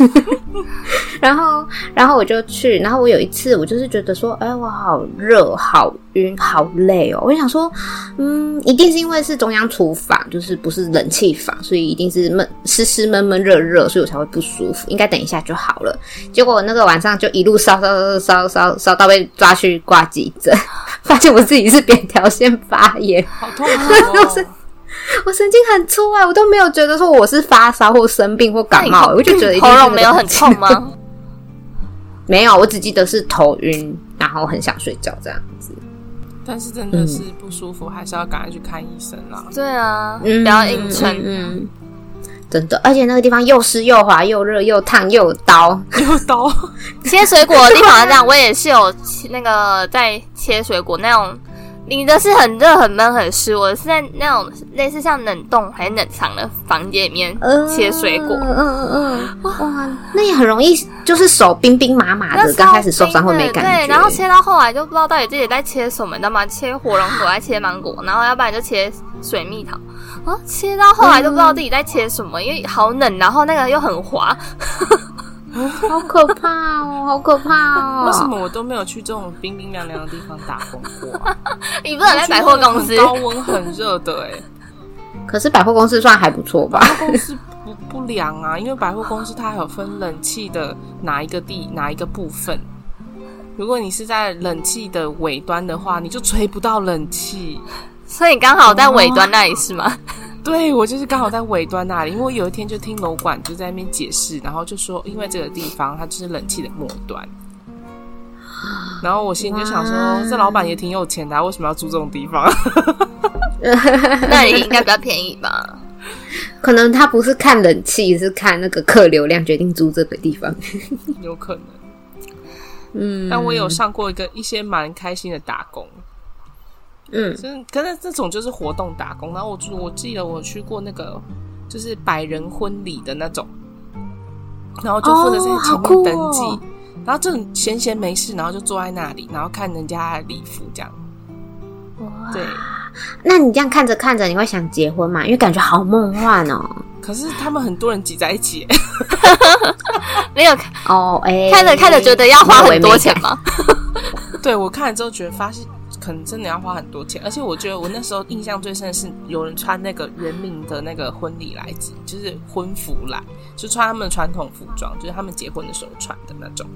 Speaker 1: [LAUGHS] 然后，然后我就去，然后我有一次，我就是觉得说，哎，我好热、好晕、好累哦。我就想说，嗯，一定是因为是中央厨房，就是不是冷气房，所以一定是闷、湿湿、闷闷、热热，所以我才会不舒服。应该等一下就好了。结果我那个晚上就一路烧烧烧烧烧烧到被抓去 [LAUGHS] 挂急诊，发现我自己是扁桃腺发炎。
Speaker 3: [LAUGHS]
Speaker 2: 好痛苦、哦！
Speaker 1: 我神经很粗哎、我都没有觉得说我是发烧或生病或感冒、我就觉得一定
Speaker 3: [LAUGHS] 喉
Speaker 1: 是那
Speaker 3: 咙
Speaker 1: 个
Speaker 3: 没有很
Speaker 1: 东西
Speaker 3: 痛吗？
Speaker 1: [LAUGHS] 没有，我只记得是头晕，然后很想睡觉这样子。
Speaker 2: 但是真的是不舒服，还是要赶快去看医生啦。
Speaker 3: 对啊，不要硬撑。
Speaker 1: 嗯，嗯真的，而且那个地方又湿又滑又热又烫又有刀，
Speaker 2: [LAUGHS] 有刀，
Speaker 3: 啊切水果的地方是这样，我也是有切那个在切水果那种，你的是很热、很闷、很湿，我是在那种类似像冷冻还是冷藏的房间里面切水果。
Speaker 1: 嗯嗯嗯，哇，那也很容易，就是手冰冰麻麻
Speaker 3: 那
Speaker 1: 的，
Speaker 3: 时
Speaker 1: 刚
Speaker 3: 候
Speaker 1: 开始受伤会没感觉，
Speaker 3: 对，然后切到后来就不知道到底自己在切什么，你知道吗？切火龙果，还切芒果，然后要不然就切水蜜桃。然后切到后来就不知道自己在切什么，因为好冷，然后那个又很滑，
Speaker 1: 好可怕
Speaker 3: [LAUGHS]
Speaker 1: 哦，好可怕哦！
Speaker 2: 为什？么我都没有去这种冰冰凉凉的地方打工过、
Speaker 3: [LAUGHS]
Speaker 2: 啊？
Speaker 3: 你不能在百货公司
Speaker 2: 我去那种很高温很热的哎、
Speaker 1: 可是百货公司算还不错吧？ [LAUGHS]
Speaker 2: 公司不不良啊，因为百货公司它还有分冷气的哪一个地哪一个部分。如果你是在冷气的尾端的话，你就吹不到冷气。
Speaker 3: 所以刚好在尾
Speaker 1: 哦
Speaker 3: 端那里是吗？ [LAUGHS]
Speaker 2: 对我就是刚好在尾端那里，因为我有一天就听楼管就在那边解释，然后就说因为这个地方它就是冷气的末端。然后我心里就想
Speaker 1: 哇
Speaker 2: 说，这老板也挺有钱的啊、为什么要住这种地方？ [LAUGHS]
Speaker 3: 那里应该比较便宜吧？
Speaker 1: 可能他不是看冷气，是看那个客流量决定租这个地方。
Speaker 2: 有可能。
Speaker 1: 嗯，
Speaker 2: 但我有上过一个一些蛮开心的打工，
Speaker 1: 嗯
Speaker 2: 就是可是这种就是活动打工。然后我就我记得我去过那个就是百人婚礼的那种，然后就负责在
Speaker 1: 哦好
Speaker 2: 前
Speaker 1: 酷
Speaker 2: 面
Speaker 1: 哦
Speaker 2: 登记，然后就很闲闲没事，然后就坐在那里，然后看人家的礼服这样。对，
Speaker 1: 那你这样看着看着，你会想结婚吗？因为感觉好梦幻哦。
Speaker 2: 可是他们很多人挤在一起，
Speaker 3: 没有
Speaker 1: 哦，哎、
Speaker 3: 看着看着觉得要花很多钱吗？
Speaker 2: 对我看了之后觉得发现。可能真的要花很多钱，而且我觉得我那时候印象最深的是有人穿那个人民的那个婚礼来着，就是婚服来，就穿他们传统服装，就是他们结婚的时候穿的那种。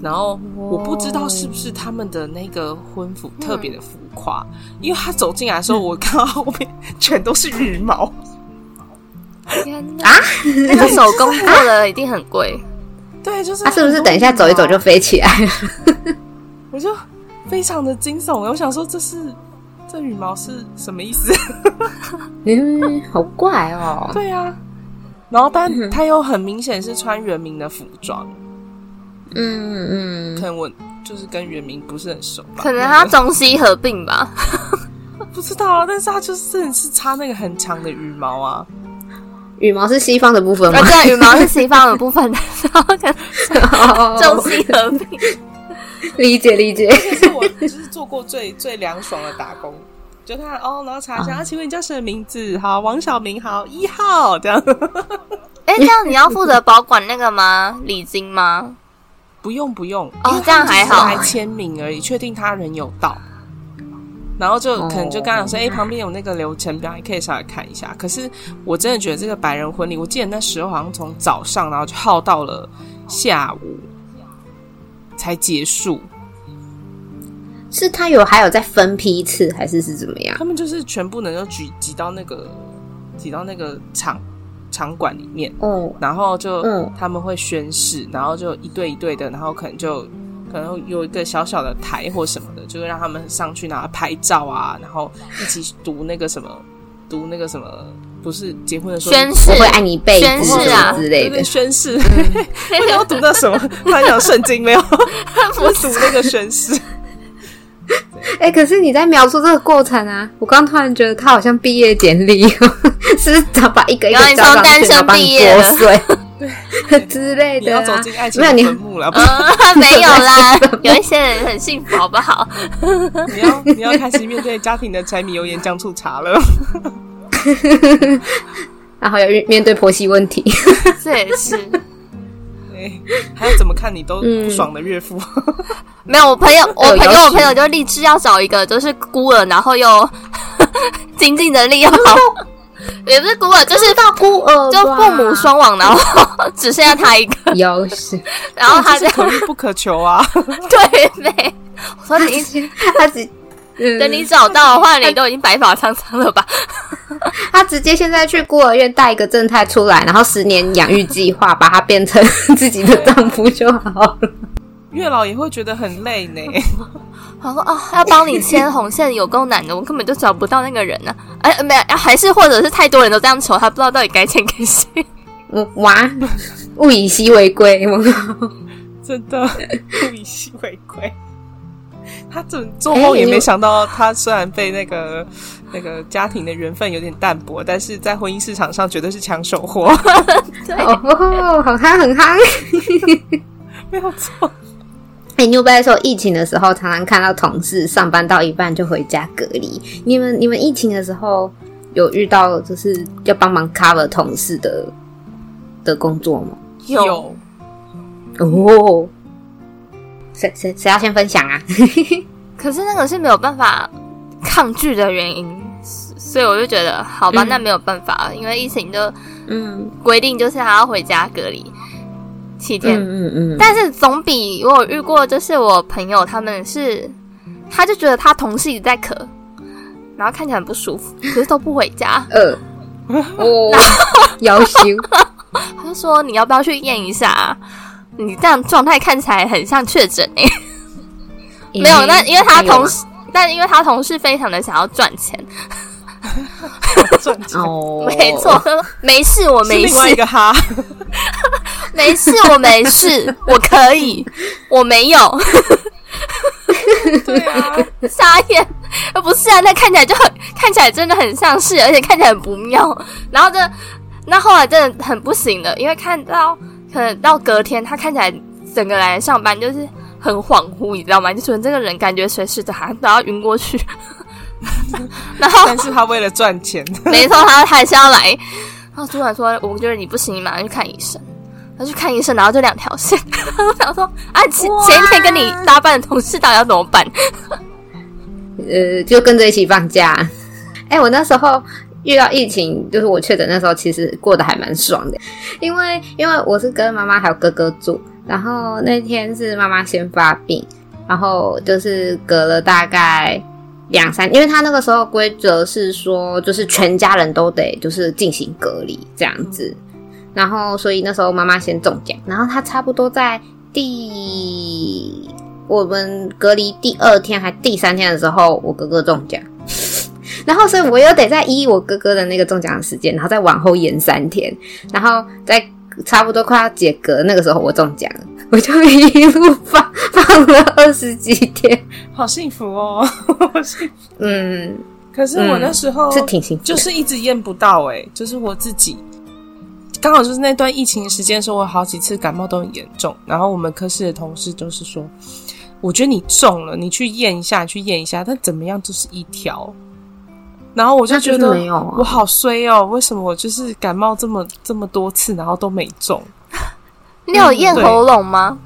Speaker 2: 然后我不知道是不是他们的那个婚服特别的浮夸，因为他走进来的时候，我看到后面 [LAUGHS] 全都是羽毛，
Speaker 3: 啊，那个手工做的一定很贵。
Speaker 2: [LAUGHS] 对，就是
Speaker 1: 啊他、是不是
Speaker 2: 很多
Speaker 1: 等一下走一走
Speaker 2: 羽毛
Speaker 1: 就飞起来？
Speaker 2: 我就非常的惊悚，我想说这是这羽毛是什么意思？
Speaker 1: 嗯，好怪哦。
Speaker 2: 对啊，然后但他又很明显是穿原名的服装，
Speaker 1: 嗯嗯，
Speaker 2: 可能我就是跟原名不是很熟吧，
Speaker 3: 可能它中西合并吧。
Speaker 2: 不知道啊，但是他就是真的是插那个很长的羽毛啊，
Speaker 1: 羽毛是西方的部分吗
Speaker 3: [LAUGHS] 那？对，羽毛是西方的部分， [LAUGHS] 然后跟中
Speaker 1: 哦，
Speaker 3: 西合并。
Speaker 1: 理解理解。
Speaker 2: 这是我就是做过最最凉爽的打工。就看哦，然后查一下，啊，请问你叫什么名字？好，王小明，好，一号这样。
Speaker 3: 哎，这样你要负责保管那个吗？ [LAUGHS] 礼金吗？
Speaker 2: 不用不用，
Speaker 3: 哦
Speaker 2: 因为
Speaker 3: 这样
Speaker 2: 他
Speaker 3: 还
Speaker 2: 只是
Speaker 3: 好
Speaker 2: 来签名而已，确定他人有到，然后就
Speaker 1: 哦
Speaker 2: 可能就刚讲说，哎、旁边有那个流程表，你可以上来看一下。可是我真的觉得这个百人婚礼，我记得那时候好像从早上，然后就耗到了下午才结束。
Speaker 1: 是他有还有在分批次，还是是怎么样？
Speaker 2: 他们就是全部能够挤挤到那个挤到那个场场馆里面，
Speaker 1: 哦，
Speaker 2: 然后就、
Speaker 1: 嗯
Speaker 2: 他们会宣誓，然后就一对一对的，然后可能就可能有一个小小的台或什么的，就会让他们上去然后拍照啊，然后一起读那个什么，读那个什么，不是结婚的时候
Speaker 3: 宣誓
Speaker 1: 我会爱你一辈子
Speaker 3: 宣
Speaker 1: 什
Speaker 3: 誓啊
Speaker 1: 么之类
Speaker 2: 对对
Speaker 1: 的。
Speaker 2: 宣誓，没哎有读那什么，突然讲圣经没有，我读那个宣誓，
Speaker 1: 哎、可是你在描述这个过程啊，我刚突然觉得他好像毕业典礼 [LAUGHS] 哦，是不是他把一个一个
Speaker 3: 然后你
Speaker 1: 交上
Speaker 3: 从单
Speaker 1: 去，
Speaker 3: 身
Speaker 1: 然后把
Speaker 3: 毕
Speaker 1: 你
Speaker 3: 业
Speaker 1: 剥
Speaker 3: 了
Speaker 1: 碎 [LAUGHS] 之类
Speaker 2: 你
Speaker 1: 的、
Speaker 2: 要走
Speaker 1: 啊。
Speaker 2: 进爱情
Speaker 1: 没有
Speaker 2: 的
Speaker 1: 你
Speaker 2: 坟墓了，不是
Speaker 3: 呃，没有 [LAUGHS] 啦，有一些人很幸福，好不好？
Speaker 2: 你要你要开始面对家庭的柴米油盐酱醋茶了。
Speaker 1: 然后要面对婆媳问 [LAUGHS] 题。
Speaker 3: [LAUGHS] 这也是。
Speaker 2: 对，哎还有怎么看你都不爽的岳父，
Speaker 3: 没哎有，我朋友，我朋
Speaker 1: 有
Speaker 3: 友，
Speaker 1: 趣
Speaker 3: 我朋友就立志要找一个就是孤儿，然后又 [LAUGHS] 经济能力又好， [LAUGHS] 也不是孤儿，就是到孤
Speaker 1: 儿
Speaker 3: 就
Speaker 1: 吧
Speaker 3: 父母双亡，然后 [LAUGHS] 只剩下他一个，
Speaker 1: [LAUGHS] 有是，
Speaker 3: 然后
Speaker 2: [LAUGHS]
Speaker 3: 他
Speaker 2: 这
Speaker 3: 在
Speaker 2: 是可遇不可求啊。
Speaker 3: 对没，我说你
Speaker 1: 他直嗯
Speaker 3: 等你找到的话，你都已经白发苍苍了吧？
Speaker 1: 他直接现在去孤儿院带一个正太出来，然后十年养育计划，把他变成 [LAUGHS] 自己的丈夫就好了。
Speaker 2: 月老也会觉得很累 [LAUGHS] 呢。
Speaker 3: 他说啊，要帮你牵红线有够难的，我根本就找不到那个人呢、哎、没有，还是或者是太多人都这样求，他不知道到底该牵 [LAUGHS] 给谁。
Speaker 1: 嗯哇，物以稀为贵，我
Speaker 2: 真的物以稀为贵。他怎做梦也没想到，他虽然被那个那个家庭的缘分有点淡薄，但是在婚姻市场上绝对是抢手货，
Speaker 3: 对，
Speaker 1: 哦，很憨很憨。
Speaker 2: [LAUGHS] 没有错。
Speaker 1: 哎、你有没有说疫情的时候常常看到同事上班到一半就回家隔离？你们你们疫情的时候有遇到就是要帮忙 cover 同事的的工作吗？
Speaker 3: 有
Speaker 2: 有
Speaker 1: 哦，谁谁谁要先分享啊？
Speaker 3: 可是那个是没有办法抗拒的原因，所以我就觉得好吧，
Speaker 1: 嗯
Speaker 3: 那没有办法，因为疫情就
Speaker 1: 嗯
Speaker 3: 规定就是他要回家隔离七天，
Speaker 1: 嗯嗯嗯，，
Speaker 3: 但是总比我有遇过，就是我朋友他们是，他就觉得他同事一直在咳，然后看起来很不舒服，可是都不回家 [LAUGHS]
Speaker 1: 呃，哦，要求
Speaker 3: 他就说你要不要去验一下、啊？你这样状态看起来很像确诊哎、 [LAUGHS] 没有，那因为他同事，但因为他同事非常的想要赚钱，
Speaker 2: 赚钱。
Speaker 1: 哦，
Speaker 3: [LAUGHS] 没错，
Speaker 1: [LAUGHS]
Speaker 3: 他说没事，我
Speaker 2: 是
Speaker 3: 没
Speaker 2: 另外一
Speaker 3: 事，
Speaker 2: 个哈，
Speaker 3: 没事，我
Speaker 2: [LAUGHS]
Speaker 3: 没事，我可以，我没有，
Speaker 2: 对啊，
Speaker 3: 傻眼，呃不是啊，那看起来就很，看起来真的很像是，而且看起来很不妙。然后这，那后来真的很不行了，因为看到可能到隔天，他看起来整个来上班就是很恍惚，你知道吗？就觉得这个人感觉随时都好像都要晕过去。 [LAUGHS] 然后
Speaker 2: [LAUGHS] 但是他为了赚钱，
Speaker 3: [LAUGHS] 没错，他还是要来。然后主管说：“我觉得你不行，你马上去看医生。”他去看医生，然后就两条线。 [LAUGHS] 我想说啊，前前一天跟你搭班的同事到底要怎么办？
Speaker 1: 呃，就跟着一起放假。 [LAUGHS] 哎、我那时候遇到疫情，就是我确诊那时候，其实过得还蛮爽的，因为因为我是跟妈妈还有哥哥住，然后那天是妈妈先发病，然后就是隔了大概两三，因为他那个时候规则是说，就是全家人都得就是进行隔离这样子，然后所以那时候妈妈先中奖，然后她差不多在第我们隔离第二天还第三天的时候，我哥哥中奖。 [LAUGHS] 然后，所以我又得再依我哥哥的那个中奖的时间，然后再往后延三天，然后在差不多快要解隔那个时候，我中奖了， [LAUGHS] 我就一路放放了二十几天，
Speaker 2: 好幸福哦，好幸福。
Speaker 1: 嗯，
Speaker 2: 可是我那时候
Speaker 1: 是挺幸福的，
Speaker 2: 就是一直验不到哎、就是我自己。刚好就是那段疫情时间的时候，我好几次感冒都很严重。然后我们科室的同事就是说，我觉得你中了，你去验一下，去验一下，但怎么样就是一条。然后我就
Speaker 1: 那就
Speaker 2: 觉
Speaker 1: 是
Speaker 2: 得
Speaker 1: 没有啊
Speaker 2: 我好衰哦，为什么我就是感冒这么这么多次，然后都没中？
Speaker 3: 你有
Speaker 2: 嗯
Speaker 3: 咽
Speaker 2: 对
Speaker 3: 喉咙吗？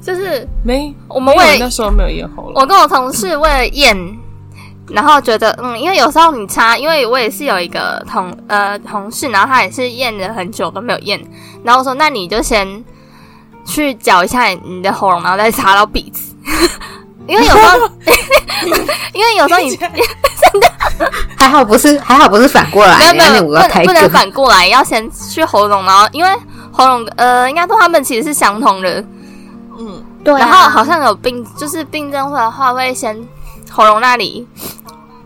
Speaker 3: 就是
Speaker 2: 没，
Speaker 3: 我们
Speaker 2: 没有
Speaker 3: 为
Speaker 2: 那时候没有咽喉了。
Speaker 3: 我跟我同事为了验，然后觉得嗯，因为有时候你擦，因为我也是有一个同呃同事，然后他也是验了很久都没有验，然后我说那你就先去搅一下你的喉咙，然后再擦到鼻子，因为有时候，因为有时
Speaker 2: [LAUGHS]
Speaker 3: 候你
Speaker 1: 还好不是还好不是反过来，
Speaker 3: 没有没
Speaker 1: 要不然
Speaker 3: 有不
Speaker 1: 我要抬
Speaker 3: 能不能
Speaker 1: 歌，
Speaker 3: 反过来，要先去喉咙，然后因为喉咙呃应该说他们其实是相同的，
Speaker 2: 嗯，
Speaker 1: 对啊
Speaker 3: 然后好像有病，就是病症的话会先喉咙那里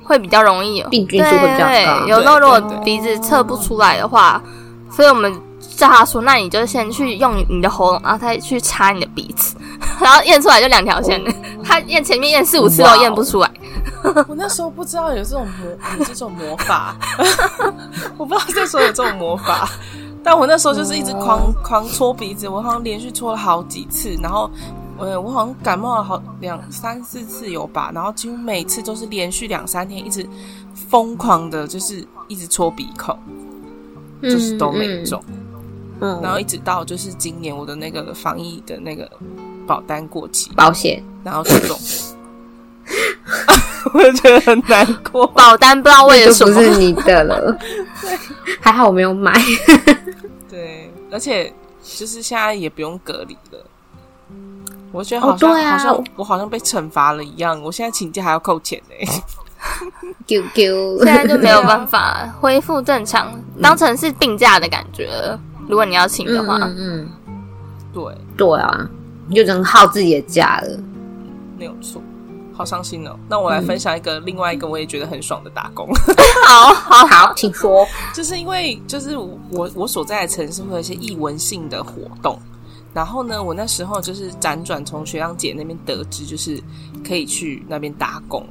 Speaker 3: 会比较容易有
Speaker 1: 病菌
Speaker 3: 对
Speaker 1: 数会比较
Speaker 3: 对
Speaker 1: 高
Speaker 3: 对，有时候如果
Speaker 2: 对对对
Speaker 3: 鼻子测不出来的话，所以我们叫他说，那你就先去用你的喉咙，然后再去插你的鼻子， [LAUGHS] 然后验出来就两条线。他验前面验四五次
Speaker 1: 哇
Speaker 3: 都
Speaker 1: 哦
Speaker 3: 验不出来，
Speaker 2: 我那时候不知道有这种魔，有这种魔法， [LAUGHS] 我不知道那时候有这种魔法。但我那时候就是一直狂狂搓鼻子，我好像连续搓了好几次，然后，呃，我好像感冒了好两三四次有吧，然后几乎每次都是连续两三天一直疯狂的，就是一直搓鼻孔，就是都没中。
Speaker 1: 嗯，嗯
Speaker 2: 然后一直到就是今年我的那个防疫的那个保单过期，
Speaker 1: 保险
Speaker 2: 然后就中， [LAUGHS] 我觉得很难过。
Speaker 3: 保单不知道为
Speaker 1: 就
Speaker 3: 了什
Speaker 1: 不
Speaker 3: 么。
Speaker 1: 是你的
Speaker 3: [LAUGHS]
Speaker 1: 了，还好我没有买， [LAUGHS]
Speaker 2: 对，而且就是现在也不用隔离了，我觉得好像、
Speaker 1: 哦对啊
Speaker 2: 好像我好像被惩罚了一样，我现在请假还要扣钱欸呢、
Speaker 1: 丢丢，
Speaker 3: 现在就没有办法恢复正常，当成是病假的感觉了。如果你要请的
Speaker 1: 嗯
Speaker 3: 话，
Speaker 1: 嗯嗯，
Speaker 2: [LAUGHS] 对，
Speaker 1: 对啊，你就只能耗自己的假了。
Speaker 2: 没有错，好伤心哦。那我来分享一个、另外一个我也觉得很爽的打
Speaker 1: [LAUGHS]
Speaker 2: 工，
Speaker 3: 好好
Speaker 1: 好，请说。
Speaker 2: 就是因为就是我我所在的城市会有一些艺文性的活动，然后呢，我那时候就是辗转从学长姐那边得知，就是可以去那边打工，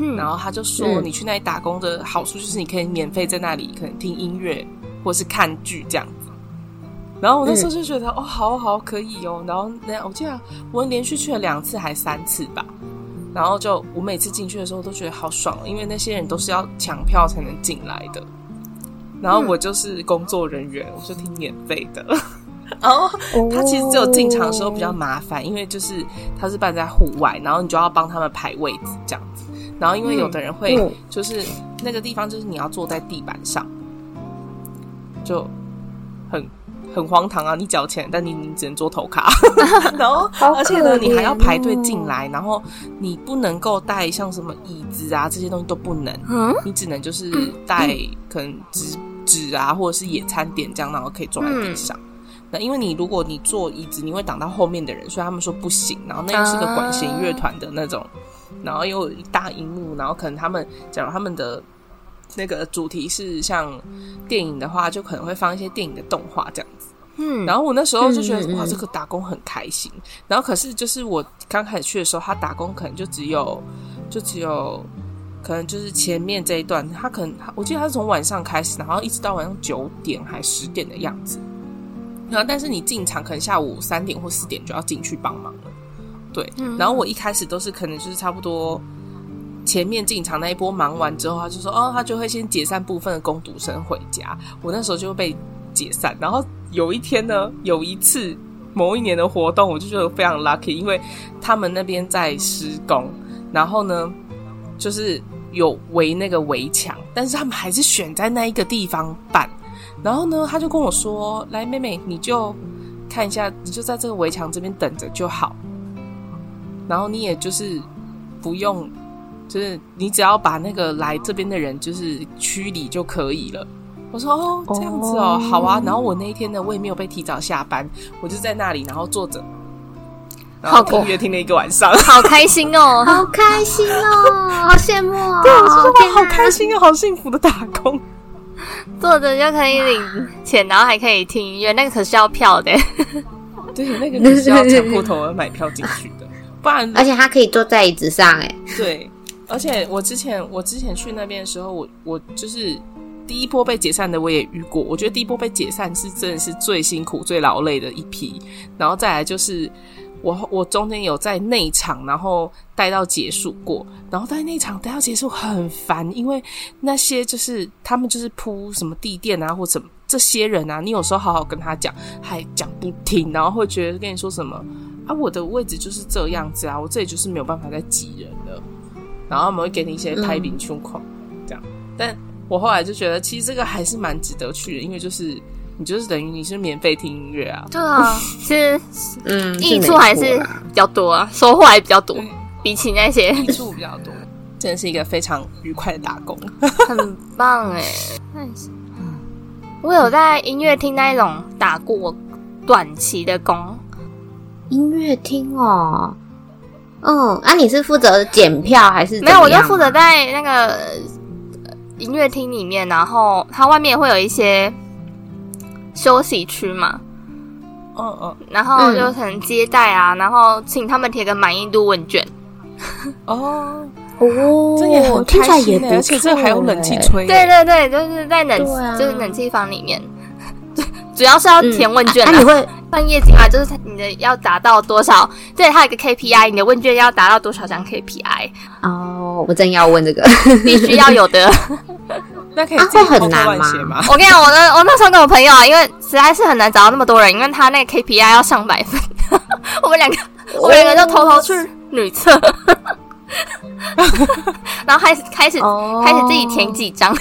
Speaker 3: 嗯
Speaker 2: 然后他就说，
Speaker 1: 嗯
Speaker 2: 你去那里打工的好处就是你可以免费在那里可能听音乐或是看剧这样子。然后我那时候就觉得，哦，好好可以哦。然后那我记得我连续去了两次还三次吧。然后就我每次进去的时候都觉得好爽，哦因为那些人都是要抢票才能进来的。
Speaker 1: 嗯
Speaker 2: 然后我就是工作人员，我就听免费的。然
Speaker 1: 哦
Speaker 2: 后 [LAUGHS] 他其实只有进场的时候比较麻烦，因为就是他是办在户外，然后你就要帮他们排位置这样子。然后因为有的人会
Speaker 1: 嗯嗯
Speaker 2: 就是那个地方就是你要坐在地板上，就很很荒唐啊！你缴钱，但你你只能做头卡， [LAUGHS] 然后
Speaker 1: 好
Speaker 2: 而且
Speaker 1: 可
Speaker 2: 呢，你还要
Speaker 1: 怜
Speaker 2: 排队
Speaker 1: 哦
Speaker 2: 进来，然后你不能够带像什么椅子啊这些东西都不能，
Speaker 3: 嗯，
Speaker 2: 你只能就是带可能纸纸啊，或者是野餐点这样，然后可以坐在地上。那因为你如果你坐椅子，你会挡到后面的人，所以他们说不行。然后那又是个管弦乐团的那种，然后又有一大荧幕，然后可能他们假如他们的那个主题是像电影的话，就可能会放一些电影的动画这样子。
Speaker 3: 嗯
Speaker 2: 然后我那时候就觉得、
Speaker 1: 嗯嗯嗯
Speaker 2: 哇，这个打工很开心。然后可是就是我刚开始去的时候，他打工可能就只有就只有可能就是前面这一段，他可能他我记得他是从晚上开始，然后一直到晚上九点还十点的样子。然后但是你进场可能下午三点或四点就要进去帮忙了，对。
Speaker 3: 嗯
Speaker 2: 然后我一开始都是可能就是差不多。前面进场那一波忙完之后，他就说：“哦，他就会先解散部分的工读生回家。”我那时候就会被解散。然后有一天呢，有一次某一年的活动，我就觉得非常 lucky，因为他们那边在施工，然后呢，就是有围那个围墙，但是他们还是选在那一个地方办。然后呢，他就跟我说：“来，妹妹，你就看一下，你就在这个围墙这边等着就好。然后你也就是不用，就是你只要把那个来这边的人就是驱离就可以了。”我说：“哦，这样子哦，
Speaker 1: 哦
Speaker 2: 好啊。”然后我那一天呢，我也没有被提早下班，我就在那里，然后坐着，然后
Speaker 3: 好
Speaker 2: 听音乐听了一个晚上。
Speaker 3: [LAUGHS] 好开心哦！
Speaker 1: 好开心哦，好羡慕哦！
Speaker 2: 对，我就说
Speaker 1: 天
Speaker 2: 哇，
Speaker 1: 哪
Speaker 2: 好开心啊，好幸福的打工。
Speaker 3: 坐着就可以领钱，然后还可以听音乐，那个可是要票的。
Speaker 2: [LAUGHS] 对，那个你是要抢破头而买票进去 [LAUGHS] 的，不然
Speaker 1: 而且他可以坐在椅子上，哎，
Speaker 2: 对。而且我之前我之前去那边的时候，我我就是第一波被解散的，我也遇过。我觉得第一波被解散是真的是最辛苦、最劳累的一批。然后再来就是我我中间有在内场，然后待到结束过，然后在内场待到结束很烦，因为那些就是他们就是铺什么地垫啊或什么这些人啊，你有时候好好跟他讲，还讲不听，然后会觉得跟你说什么。啊，我的位置就是这样子啊，我这里就是没有办法再挤人了。然后他们会给你一些拍饼胸口、这样。但我后来就觉得，其实这个还是蛮值得去的，因为就是你就是等于你是免费听音乐啊，
Speaker 3: 对啊，其实
Speaker 1: 嗯，
Speaker 3: 益
Speaker 1: 没
Speaker 3: 处还
Speaker 1: 错
Speaker 3: 是
Speaker 1: 啦
Speaker 3: 比较多啊，收获还比较多
Speaker 2: 对，
Speaker 3: 比起那些
Speaker 2: 艺术比较多， [COUGHS] 真的是一个非常愉快的打工。
Speaker 3: 很棒哎、那你是我有在音乐厅那一种打过短期的工，
Speaker 1: 音乐厅哦。嗯，啊，你是负责检票还是
Speaker 3: 没有，我
Speaker 1: 怎么
Speaker 3: 就
Speaker 1: 样
Speaker 3: 负责在那个呃音乐厅里面，然后它外面会有一些休息区嘛，
Speaker 2: 嗯嗯
Speaker 3: 然后就可能接待啊，然后请他们填个满意度问卷。
Speaker 2: 哦，
Speaker 1: 哦，
Speaker 2: 这也很
Speaker 1: 听起来
Speaker 2: 开
Speaker 1: 也
Speaker 2: 心、
Speaker 1: 不
Speaker 2: 欸，而且这还有冷气
Speaker 1: 错欸，
Speaker 2: 吹、
Speaker 3: 对对对，就是在冷、
Speaker 1: 对啊
Speaker 3: 就是冷气房里面， [LAUGHS] 主要是要填问卷、
Speaker 1: 那、啊你会
Speaker 3: 办业绩嘛，啊就是你的要达到多少？对，它有一个 KPI，你的问卷要达到多少
Speaker 1: [LAUGHS]
Speaker 3: 张 KPI，
Speaker 1: 哦，我正要问这个，
Speaker 3: 必须要有的。 [LAUGHS]
Speaker 2: 那可以
Speaker 1: 啊
Speaker 2: 自己
Speaker 1: 会
Speaker 2: 偷
Speaker 1: 很
Speaker 2: 偷
Speaker 1: 难
Speaker 2: 乱写
Speaker 1: 吗
Speaker 2: 吗？
Speaker 3: 我跟你讲，我那我那时候跟我朋友啊，因为实在是很难找到那么多人，因为他那个 KPI 要上百分， [LAUGHS] 我们两个我们两个就偷
Speaker 1: 哦
Speaker 3: 偷去女厕， [LAUGHS] 然后开始开始、
Speaker 1: 哦
Speaker 3: 开始自己填几张，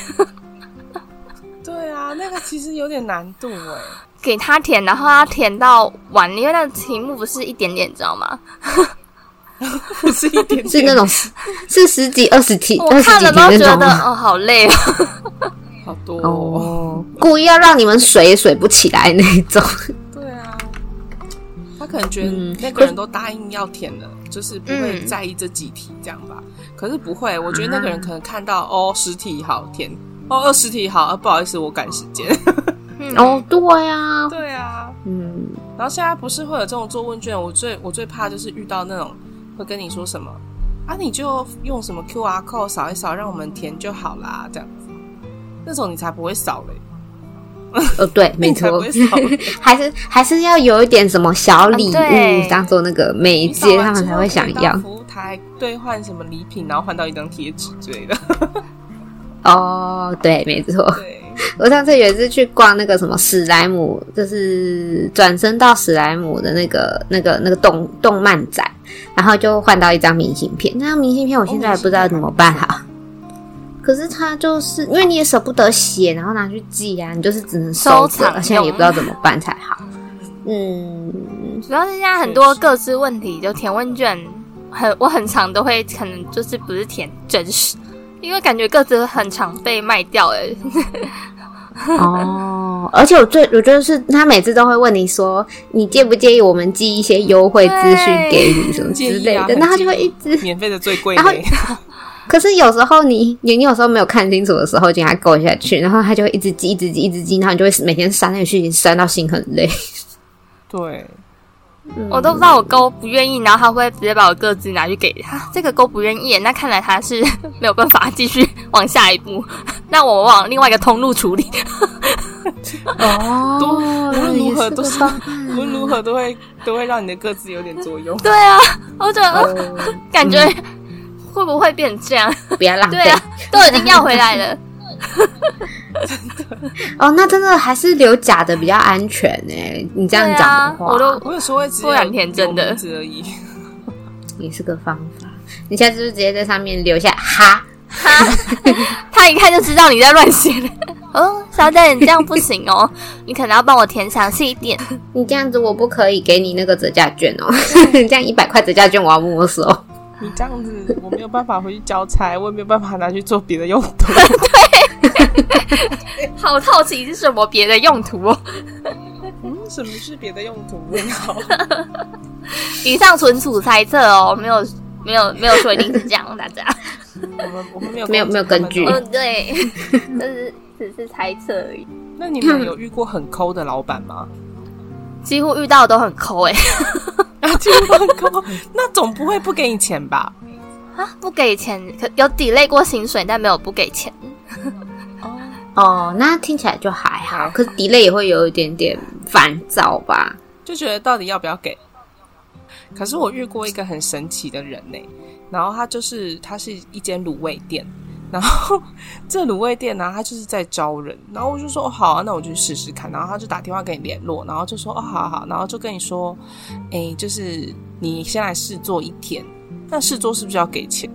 Speaker 2: [LAUGHS] 对啊，那个其实有点难度哎、
Speaker 3: 给他填，然后他填到完，因为那个题目不是一点点，你知道吗？
Speaker 2: 不是一点点，
Speaker 1: 是那种是十几、二十题、
Speaker 3: 我
Speaker 1: 二十
Speaker 3: 看
Speaker 1: 几
Speaker 3: 了
Speaker 1: 题
Speaker 3: 都
Speaker 1: 那
Speaker 3: 觉
Speaker 1: 种
Speaker 3: 得
Speaker 1: 吗。
Speaker 3: 哦，好累哦。 [LAUGHS]
Speaker 2: 好多哦。
Speaker 1: 哦， [LAUGHS] 故意要让你们水也水不起来那一种。
Speaker 2: 对啊，他可能觉得
Speaker 1: 嗯
Speaker 2: 那个人都答应要填了，就是不会
Speaker 3: 嗯
Speaker 2: 在意这几题这样吧？可是不会，我
Speaker 1: 嗯
Speaker 2: 觉得那个人可能看到哦十题好填，哦二十题好、啊，不好意思，我赶时 [LAUGHS] 间。
Speaker 3: 嗯
Speaker 1: [LAUGHS] 哦，，对呀、啊，
Speaker 2: 对啊，
Speaker 1: 嗯，
Speaker 2: 然后现在不是会有这种做问卷，我最我最怕就是遇到那种会跟你说什么啊，你就用什么 QR code 扫一扫，让我们填就好啦，这样子，那种你才不会扫嘞，
Speaker 1: 哦，
Speaker 2: [LAUGHS]
Speaker 1: 对，没
Speaker 2: 你才不
Speaker 1: 错
Speaker 2: 会，
Speaker 1: [LAUGHS]
Speaker 2: 扫嘞。
Speaker 1: 还是还是要有一点什么小礼
Speaker 3: 啊对
Speaker 1: 物当做那个媒
Speaker 2: 你扫
Speaker 1: 介，
Speaker 2: 完
Speaker 1: 他们
Speaker 2: 之
Speaker 1: 才
Speaker 2: 后
Speaker 1: 会
Speaker 2: 可以
Speaker 1: 想
Speaker 2: 到
Speaker 1: 要。
Speaker 2: 服务台兑换什么礼品，然后换到一张贴纸之类的。
Speaker 1: 哦，对，没错。
Speaker 2: 对，
Speaker 1: 我上次有一次去逛那个什么史莱姆，就是转身到史莱姆的那个那个那个动动漫展，然后就换到一张明信片。那张明信片我现在还不知道怎么办好。可是它就是因为你也舍不得写，然后拿去寄啊，你就是只能收
Speaker 3: 收藏
Speaker 1: 着，现在也
Speaker 3: 用
Speaker 1: 不知道怎么办才好。嗯，
Speaker 3: 主要是现在很多各自问题，就填问卷，很我很常都会可能就是不是填真实，因为感觉各自很常被卖掉哎、
Speaker 1: 哦，而且我最我觉得是他每次都会问你说，你介不介意我们寄一些优惠资讯给你什么
Speaker 2: 介
Speaker 1: 之
Speaker 2: 意
Speaker 1: 类
Speaker 2: 啊
Speaker 1: 的，，
Speaker 2: 很
Speaker 1: 那他就
Speaker 2: 介
Speaker 1: 会
Speaker 2: 意
Speaker 1: 一直。
Speaker 2: 免费的最贵
Speaker 1: 然后
Speaker 2: 嘞。
Speaker 1: 可是有时候你你你有时候没有看清楚的时候，就给他勾下去，然后他就会一直寄一直寄一直寄，然后你就会每天删那个讯息，删到心很 [LAUGHS] 累。 [LAUGHS]
Speaker 2: 对，
Speaker 3: 我都不知道我勾不愿意，然后他会直接把我各自拿去给他。 [LAUGHS] 这个勾不愿意，那看来他是没有办法继续往下一步。 [LAUGHS] 那我往另外一个通路处理。 [LAUGHS]
Speaker 1: 哦
Speaker 2: 都无论如何都
Speaker 1: 也
Speaker 2: 是
Speaker 1: 个方，
Speaker 2: 无论如何都会都会让你的个子有点
Speaker 1: [LAUGHS]
Speaker 2: 作用。
Speaker 3: 对啊，我觉得、
Speaker 1: 哦
Speaker 3: 感觉会不会变成这 [LAUGHS] 样？
Speaker 1: 不要浪费
Speaker 3: 对啊，都已经要回来了。
Speaker 1: 哦。那真的还是留假的比较安全哎、你这样
Speaker 3: 对
Speaker 1: 讲
Speaker 3: 啊
Speaker 1: 的，话，
Speaker 3: 我都
Speaker 2: 我有时候会直接
Speaker 3: 突然天真的
Speaker 2: 有名字而已。
Speaker 1: 也是个方法。你下次就直接在上面留下哈。
Speaker 3: 他一看就知道你在乱写了。哦，小姐，你这样不行哦，你可能要帮我填详细一点。
Speaker 1: 你这样子我不可以给你那个折价券 [LAUGHS] 哦，这样一百块折价券我要没收。
Speaker 2: [LAUGHS] 你这样子，我没有办法回去交差，我也没有办法拿去做别的用途。
Speaker 3: [LAUGHS] 好好奇是什么别的用途哦？
Speaker 2: 嗯，什么是别的用途？问号。
Speaker 3: 以上纯属猜测哦，没有没有没有说一定是这样，大 [LAUGHS] 家。
Speaker 2: 我们我们没有
Speaker 1: 没有没有根据
Speaker 2: 他们
Speaker 3: 嗯， [LAUGHS] 对，就是只是猜测而已。
Speaker 2: 那你们有遇过很抠的老板吗？ [LAUGHS]
Speaker 3: 几乎遇到的都很抠哎、
Speaker 2: 啊，几乎很抠，那总不会不给你钱吧？
Speaker 3: 啊，不给钱，可有 delay 过薪水，但没有不给钱。
Speaker 2: 哦，
Speaker 1: 哦，那听起来就还
Speaker 2: 还
Speaker 1: 好，
Speaker 2: 好
Speaker 1: 可是 delay 也会有一点点烦躁吧？
Speaker 2: 就觉得到底要不要给？可是我遇过一个很神奇的人呢、然后他就是他是一间卤味店，然后 [LAUGHS] 这卤味店呢、他就是在招人，然后我就说哦好啊，那我就去试试看，然后他就打电话跟你联络，然后就说哦好啊好啊，然后就跟你说，哎，就是你先来试做一天，那试做是不是要给钱？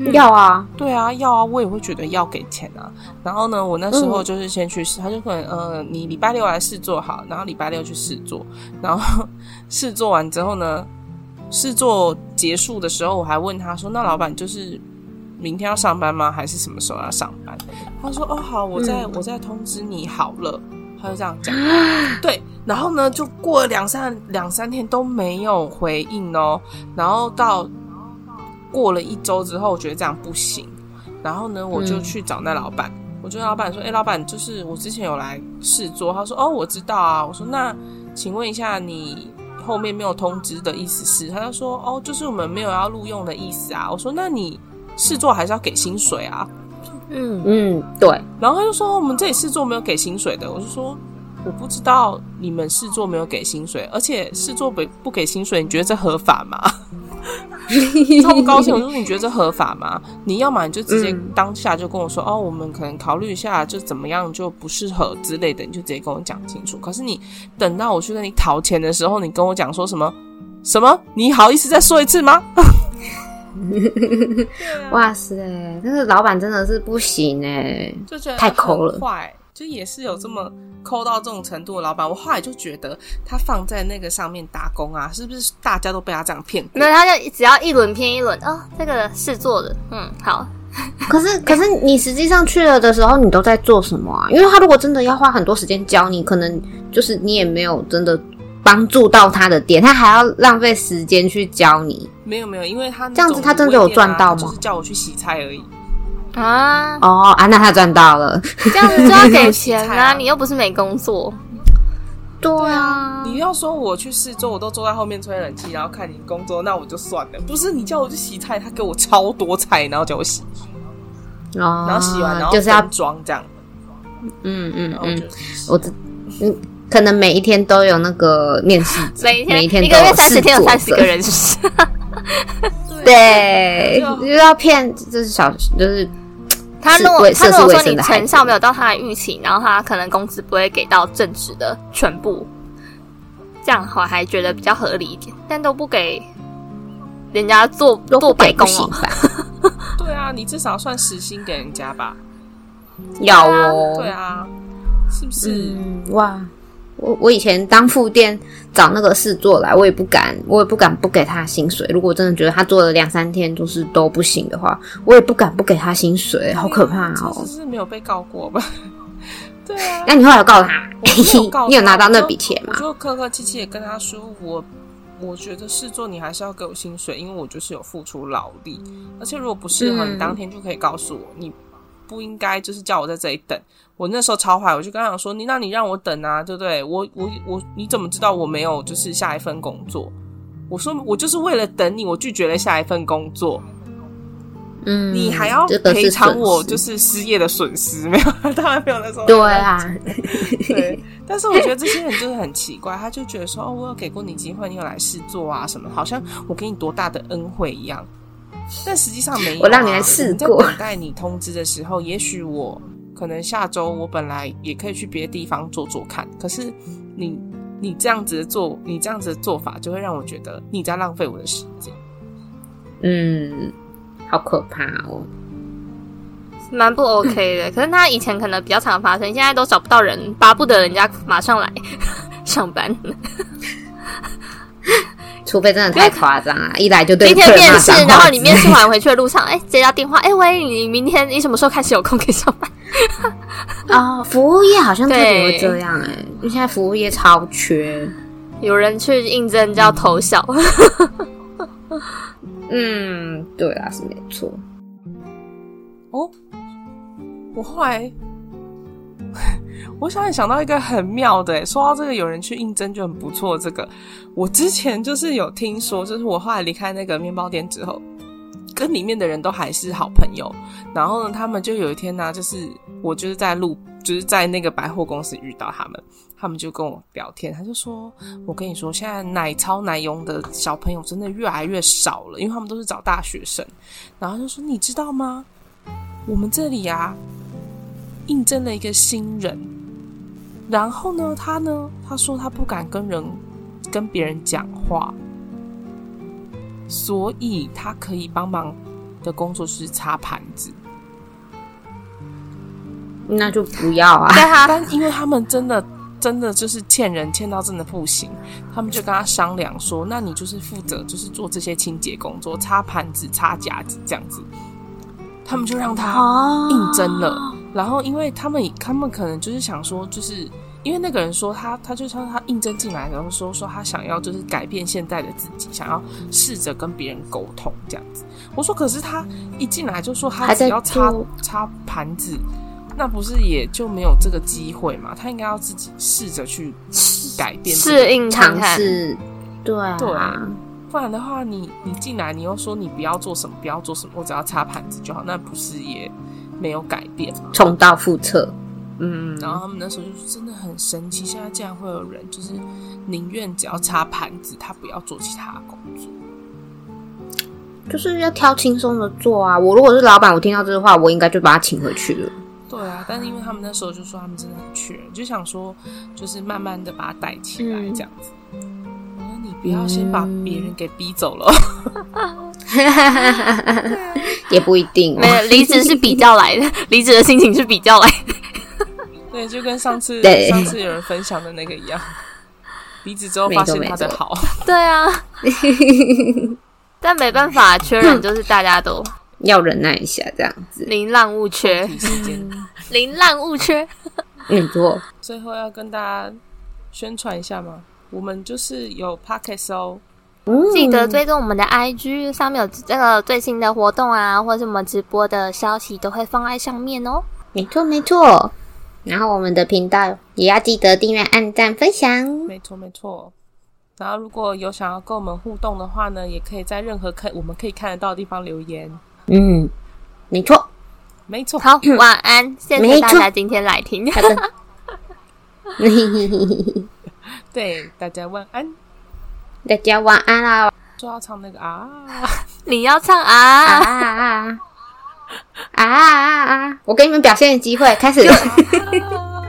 Speaker 3: 嗯
Speaker 1: 要啊，
Speaker 2: 对啊，要啊，我也会觉得要给钱啊。然后呢，我那时候就是先去试，他就可能呃，你礼拜六来试做好，然后礼拜六去试做，然后试做完之后呢，试做结束的时候，我还问他说，那老板就是明天要上班吗？还是什么时候要上班？他说哦好，我再、我再通知你好了。他就这样讲，对，然后呢，就过了两三两三天都没有回应哦，然后到过了一周之后，我觉得这样不行，然后呢，我就
Speaker 1: 嗯
Speaker 2: 去找那老板，我就跟老板说，哎、老板，就是我之前有来试做，他说，哦，我知道啊，我说那请问一下你。后面没有通知的意思是，他就说哦，就是我们没有要录用的意思啊。我说那你试做还是要给薪水啊？
Speaker 3: 嗯，
Speaker 1: 嗯，对，
Speaker 2: 然后他就说哦我们这里试做没有给薪水的，我就说我不知道你们试做没有给薪水，而且试做不不给薪水，你觉得这合法吗？ [LAUGHS] 超不高兴，我就说你觉得这合法吗？你要么你就直接
Speaker 1: 嗯
Speaker 2: 当下就跟我说、哦，我们可能考虑一下，就怎么样就不适合之类的，你就直接跟我讲清楚。可是你等到我去跟你讨钱的时候，你跟我讲说什么什么？你好意思再说一次吗？
Speaker 1: [LAUGHS] 哇塞，那个老板真的是不行哎、
Speaker 2: 就觉得
Speaker 1: 太抠了
Speaker 2: 很坏，就也是有这么抠到这种程度的老板，我后来就觉得他放在那个上面打工啊，是不是大家都被他这样骗过？
Speaker 3: 没有，他就只要一轮骗一轮哦，这个是做的，嗯，好，
Speaker 1: 可是，可是你实际上去了的时候，你都在做什么啊？因为他如果真的要花很多时间教你，可能就是你也没有真的帮助到他的点，他还要浪费时间去教你。
Speaker 2: 没有没有，因为他那
Speaker 1: 这样子
Speaker 2: 种
Speaker 1: 他真的
Speaker 2: 微
Speaker 1: 有
Speaker 2: 店
Speaker 1: 赚
Speaker 2: 啊
Speaker 1: 到
Speaker 2: 他就
Speaker 1: 吗
Speaker 2: 是叫我去洗菜而已。
Speaker 3: 啊，
Speaker 1: 哦啊，那他赚到了。
Speaker 3: 这样子就要给钱
Speaker 2: 菜
Speaker 3: 啊！
Speaker 2: 啊
Speaker 3: [LAUGHS] 你又不是没工作，
Speaker 1: 对啊，
Speaker 2: 你要说我去试做，我都坐在后面吹冷气，然后看你工作，那我就算了。不是你叫我去洗菜，他给我超多菜，然后叫我洗，
Speaker 1: 哦，
Speaker 2: 然后洗完然后哦
Speaker 1: 就是要
Speaker 2: 分装这样，
Speaker 1: 嗯嗯
Speaker 2: 然后我
Speaker 1: 嗯
Speaker 2: 就，洗
Speaker 1: 我知嗯，可能每一天都有那个面试者，
Speaker 3: 每一天
Speaker 1: 每一天
Speaker 3: 一个月
Speaker 1: 都有
Speaker 3: 三十天有
Speaker 1: 事做
Speaker 3: 三十个
Speaker 1: [LAUGHS]
Speaker 3: 人，是不是？
Speaker 1: 对，
Speaker 2: 就
Speaker 1: 又要骗，就是小就是
Speaker 3: 他如果
Speaker 1: 是卫
Speaker 3: 他如果
Speaker 1: 涉
Speaker 3: 说
Speaker 1: 世未深
Speaker 3: 你
Speaker 1: 的孩子
Speaker 3: 成效没有到他的预期，然后他可能工资不会给到正职的全部，这样我还觉得比较合理一点，但都不给人家做
Speaker 1: 都
Speaker 3: 做白
Speaker 1: 不
Speaker 3: 工
Speaker 1: 行
Speaker 3: 哦。
Speaker 1: 吧？
Speaker 2: 对啊，你至少算时薪给人家吧。
Speaker 1: [LAUGHS] 要哦，
Speaker 2: 对啊，是不是？
Speaker 1: 嗯，哇，我我以前当副店找那个事做来，我也不敢，我也不敢不给他薪水。如果真的觉得他做了两三天就是都不行的话，我也不敢不给他薪水，好可怕
Speaker 2: 这
Speaker 1: 哦！
Speaker 2: 是没有被告过吧？ [LAUGHS] 对啊，
Speaker 1: 那你后来有告他
Speaker 2: 我没有告他
Speaker 1: [LAUGHS] 你有拿到那笔钱吗
Speaker 2: 我就我就客客气气的跟他说，我我觉得试做你还是要给我薪水，因为我就是有付出劳力，而且如果不适合，
Speaker 1: 嗯
Speaker 2: 你当天就可以告诉我，你不应该就是叫我在这里等。我那时候超坏，我就跟他讲说，你那你让我等啊，对不对？我我我，你怎么知道我没有就是下一份工作？我说我就是为了等你，我拒绝了下一份工作。
Speaker 1: 嗯，
Speaker 2: 你还要
Speaker 1: 这个
Speaker 2: 赔
Speaker 1: 是
Speaker 2: 偿
Speaker 1: 损
Speaker 2: 我
Speaker 1: 失
Speaker 2: 就是失业的损失，没有？ [LAUGHS] 当然没有那时候。
Speaker 1: 对
Speaker 2: [LAUGHS]
Speaker 1: 啊，
Speaker 2: 对， [LAUGHS] 但是我觉得这些人就是很奇怪，他就觉得说，哦，我有给过你机会，你有来试做啊什么，好像我给你多大的恩惠一样。但实际上没有啊、
Speaker 1: 我让你来试过
Speaker 2: 我们在等待你通知的时候，也许我可能下周我本来也可以去别的地方做做看，可是你你这样子的做，你这样子的做法，就会让我觉得你在浪费我的时间。
Speaker 1: 嗯，好可怕哦。
Speaker 3: 蛮不
Speaker 1: [LAUGHS]
Speaker 3: OK 的。可是他以前可能比较常发生，现在都找不到人，巴不得人家马上来 [LAUGHS] 上班。
Speaker 1: 除非真的太夸张啊！一来就对
Speaker 3: 今天
Speaker 1: 客人骂
Speaker 3: 面试
Speaker 1: 脏，话
Speaker 3: 然后你面试
Speaker 1: 之类的
Speaker 3: 完回去的路上，哎、接到电话，哎、喂，你明天你什么时候开始有空可以上班？
Speaker 1: [LAUGHS] 哦，服务业好像特别
Speaker 3: 对
Speaker 1: 会这样哎、因为现在服务业超缺。
Speaker 3: 有人去应征叫投小，
Speaker 1: 嗯，对啊，是没错。
Speaker 2: 哦，我后来我想也想到一个很妙的欸，说到这个，有人去应征就很不错。这个我之前就是有听说，就是我后来离开那个面包店之后，跟里面的人都还是好朋友。然后呢，他们就有一天呢、就是我就是在路，就是在那个百货公司遇到他们，他们就跟我聊天，他就说：“我跟你说，现在奶超奶佣的小朋友真的越来越少了，因为他们都是找大学生。”然后就说：“你知道吗？我们这里啊，应征了一个新人。然后呢，他呢，他说他不敢跟人跟别人讲话，所以他可以帮忙的工作是擦盘子。
Speaker 1: 那就不要啊！
Speaker 3: 但他
Speaker 2: 但因为他们真的真的就是欠人欠到真的不行，他们就跟他商量说，那你就是负责就是做这些清洁工作，擦盘子、擦夹子这样子。他们就让他
Speaker 1: 哦
Speaker 2: 应征了，然后因为他们他们可能就是想说，就是因为那个人说他他就像他应征进来，然后说说他想要就是改变现在的自己，想要试着跟别人沟通这样子。我说可是他一进来就说他
Speaker 1: 还在
Speaker 2: 只要擦
Speaker 1: 做
Speaker 2: 擦盘子，那不是也就没有这个机会嘛？他应该要自己试着去改变自己
Speaker 3: 适应看
Speaker 1: 尝
Speaker 3: 看，
Speaker 1: 试。对啊，
Speaker 2: 对不然的话你，你进来，你又说你不要做什么，不要做什么，我只要擦盘子就好，那不是也没有改变吗？
Speaker 1: 重蹈覆辙。嗯，
Speaker 2: 然后他们那时候就是真的很生气，现在竟然会有人就是宁愿只要擦盘子，他不要做其他的工作。
Speaker 1: 就是要挑轻松的做啊。我如果是老板，我听到这句话，我应该就把他请回去了。
Speaker 2: 对啊，但是因为他们那时候就说他们真的很缺人，就想说就是慢慢的把他带起来
Speaker 1: 嗯
Speaker 2: 这样子。我说哦你不要先把别人给逼走 [LAUGHS] 了，
Speaker 1: 也不一定、
Speaker 3: 没
Speaker 1: 哦， [LAUGHS]
Speaker 3: 有离职是比较来的，离职的心情是比较来的。
Speaker 2: 对对，就跟上次
Speaker 1: 对
Speaker 2: 上次有人分享的那个一样，离职之后发现他的好，
Speaker 3: 对啊， [LAUGHS] 但没办法，缺人就是大家都
Speaker 1: 要忍耐一下这样子。
Speaker 3: 琳琅勿缺，
Speaker 2: 第一时间。
Speaker 3: 琳琅勿缺。
Speaker 1: 没错，
Speaker 2: 最后要跟大家宣传一下吗？我们就是有 Pockets 哦，
Speaker 3: 记得追踪我们的 IG，上面有这个最新的活动啊，或是我们直播的消息都会放在上面哦。
Speaker 1: 没错，没错。然后我们的频道也要记得订阅、按赞、分享。
Speaker 2: 没错没错。然后如果有想要跟我们互动的话呢，也可以在任何看我们可以看得到的地方留言。
Speaker 1: 嗯，没错。
Speaker 2: 没错，
Speaker 3: 好，晚安，谢谢
Speaker 1: 没
Speaker 3: 大
Speaker 1: 错
Speaker 3: 家今天来听。
Speaker 1: 好的。
Speaker 2: 对大家晚安。
Speaker 1: 大家晚安啦！
Speaker 2: 就要唱那个啊，
Speaker 3: [LAUGHS]
Speaker 2: [LAUGHS]
Speaker 3: 你要唱
Speaker 1: 啊
Speaker 3: 啊，
Speaker 1: 啊啊啊啊！我给你们表现的机会，开始。
Speaker 2: 啊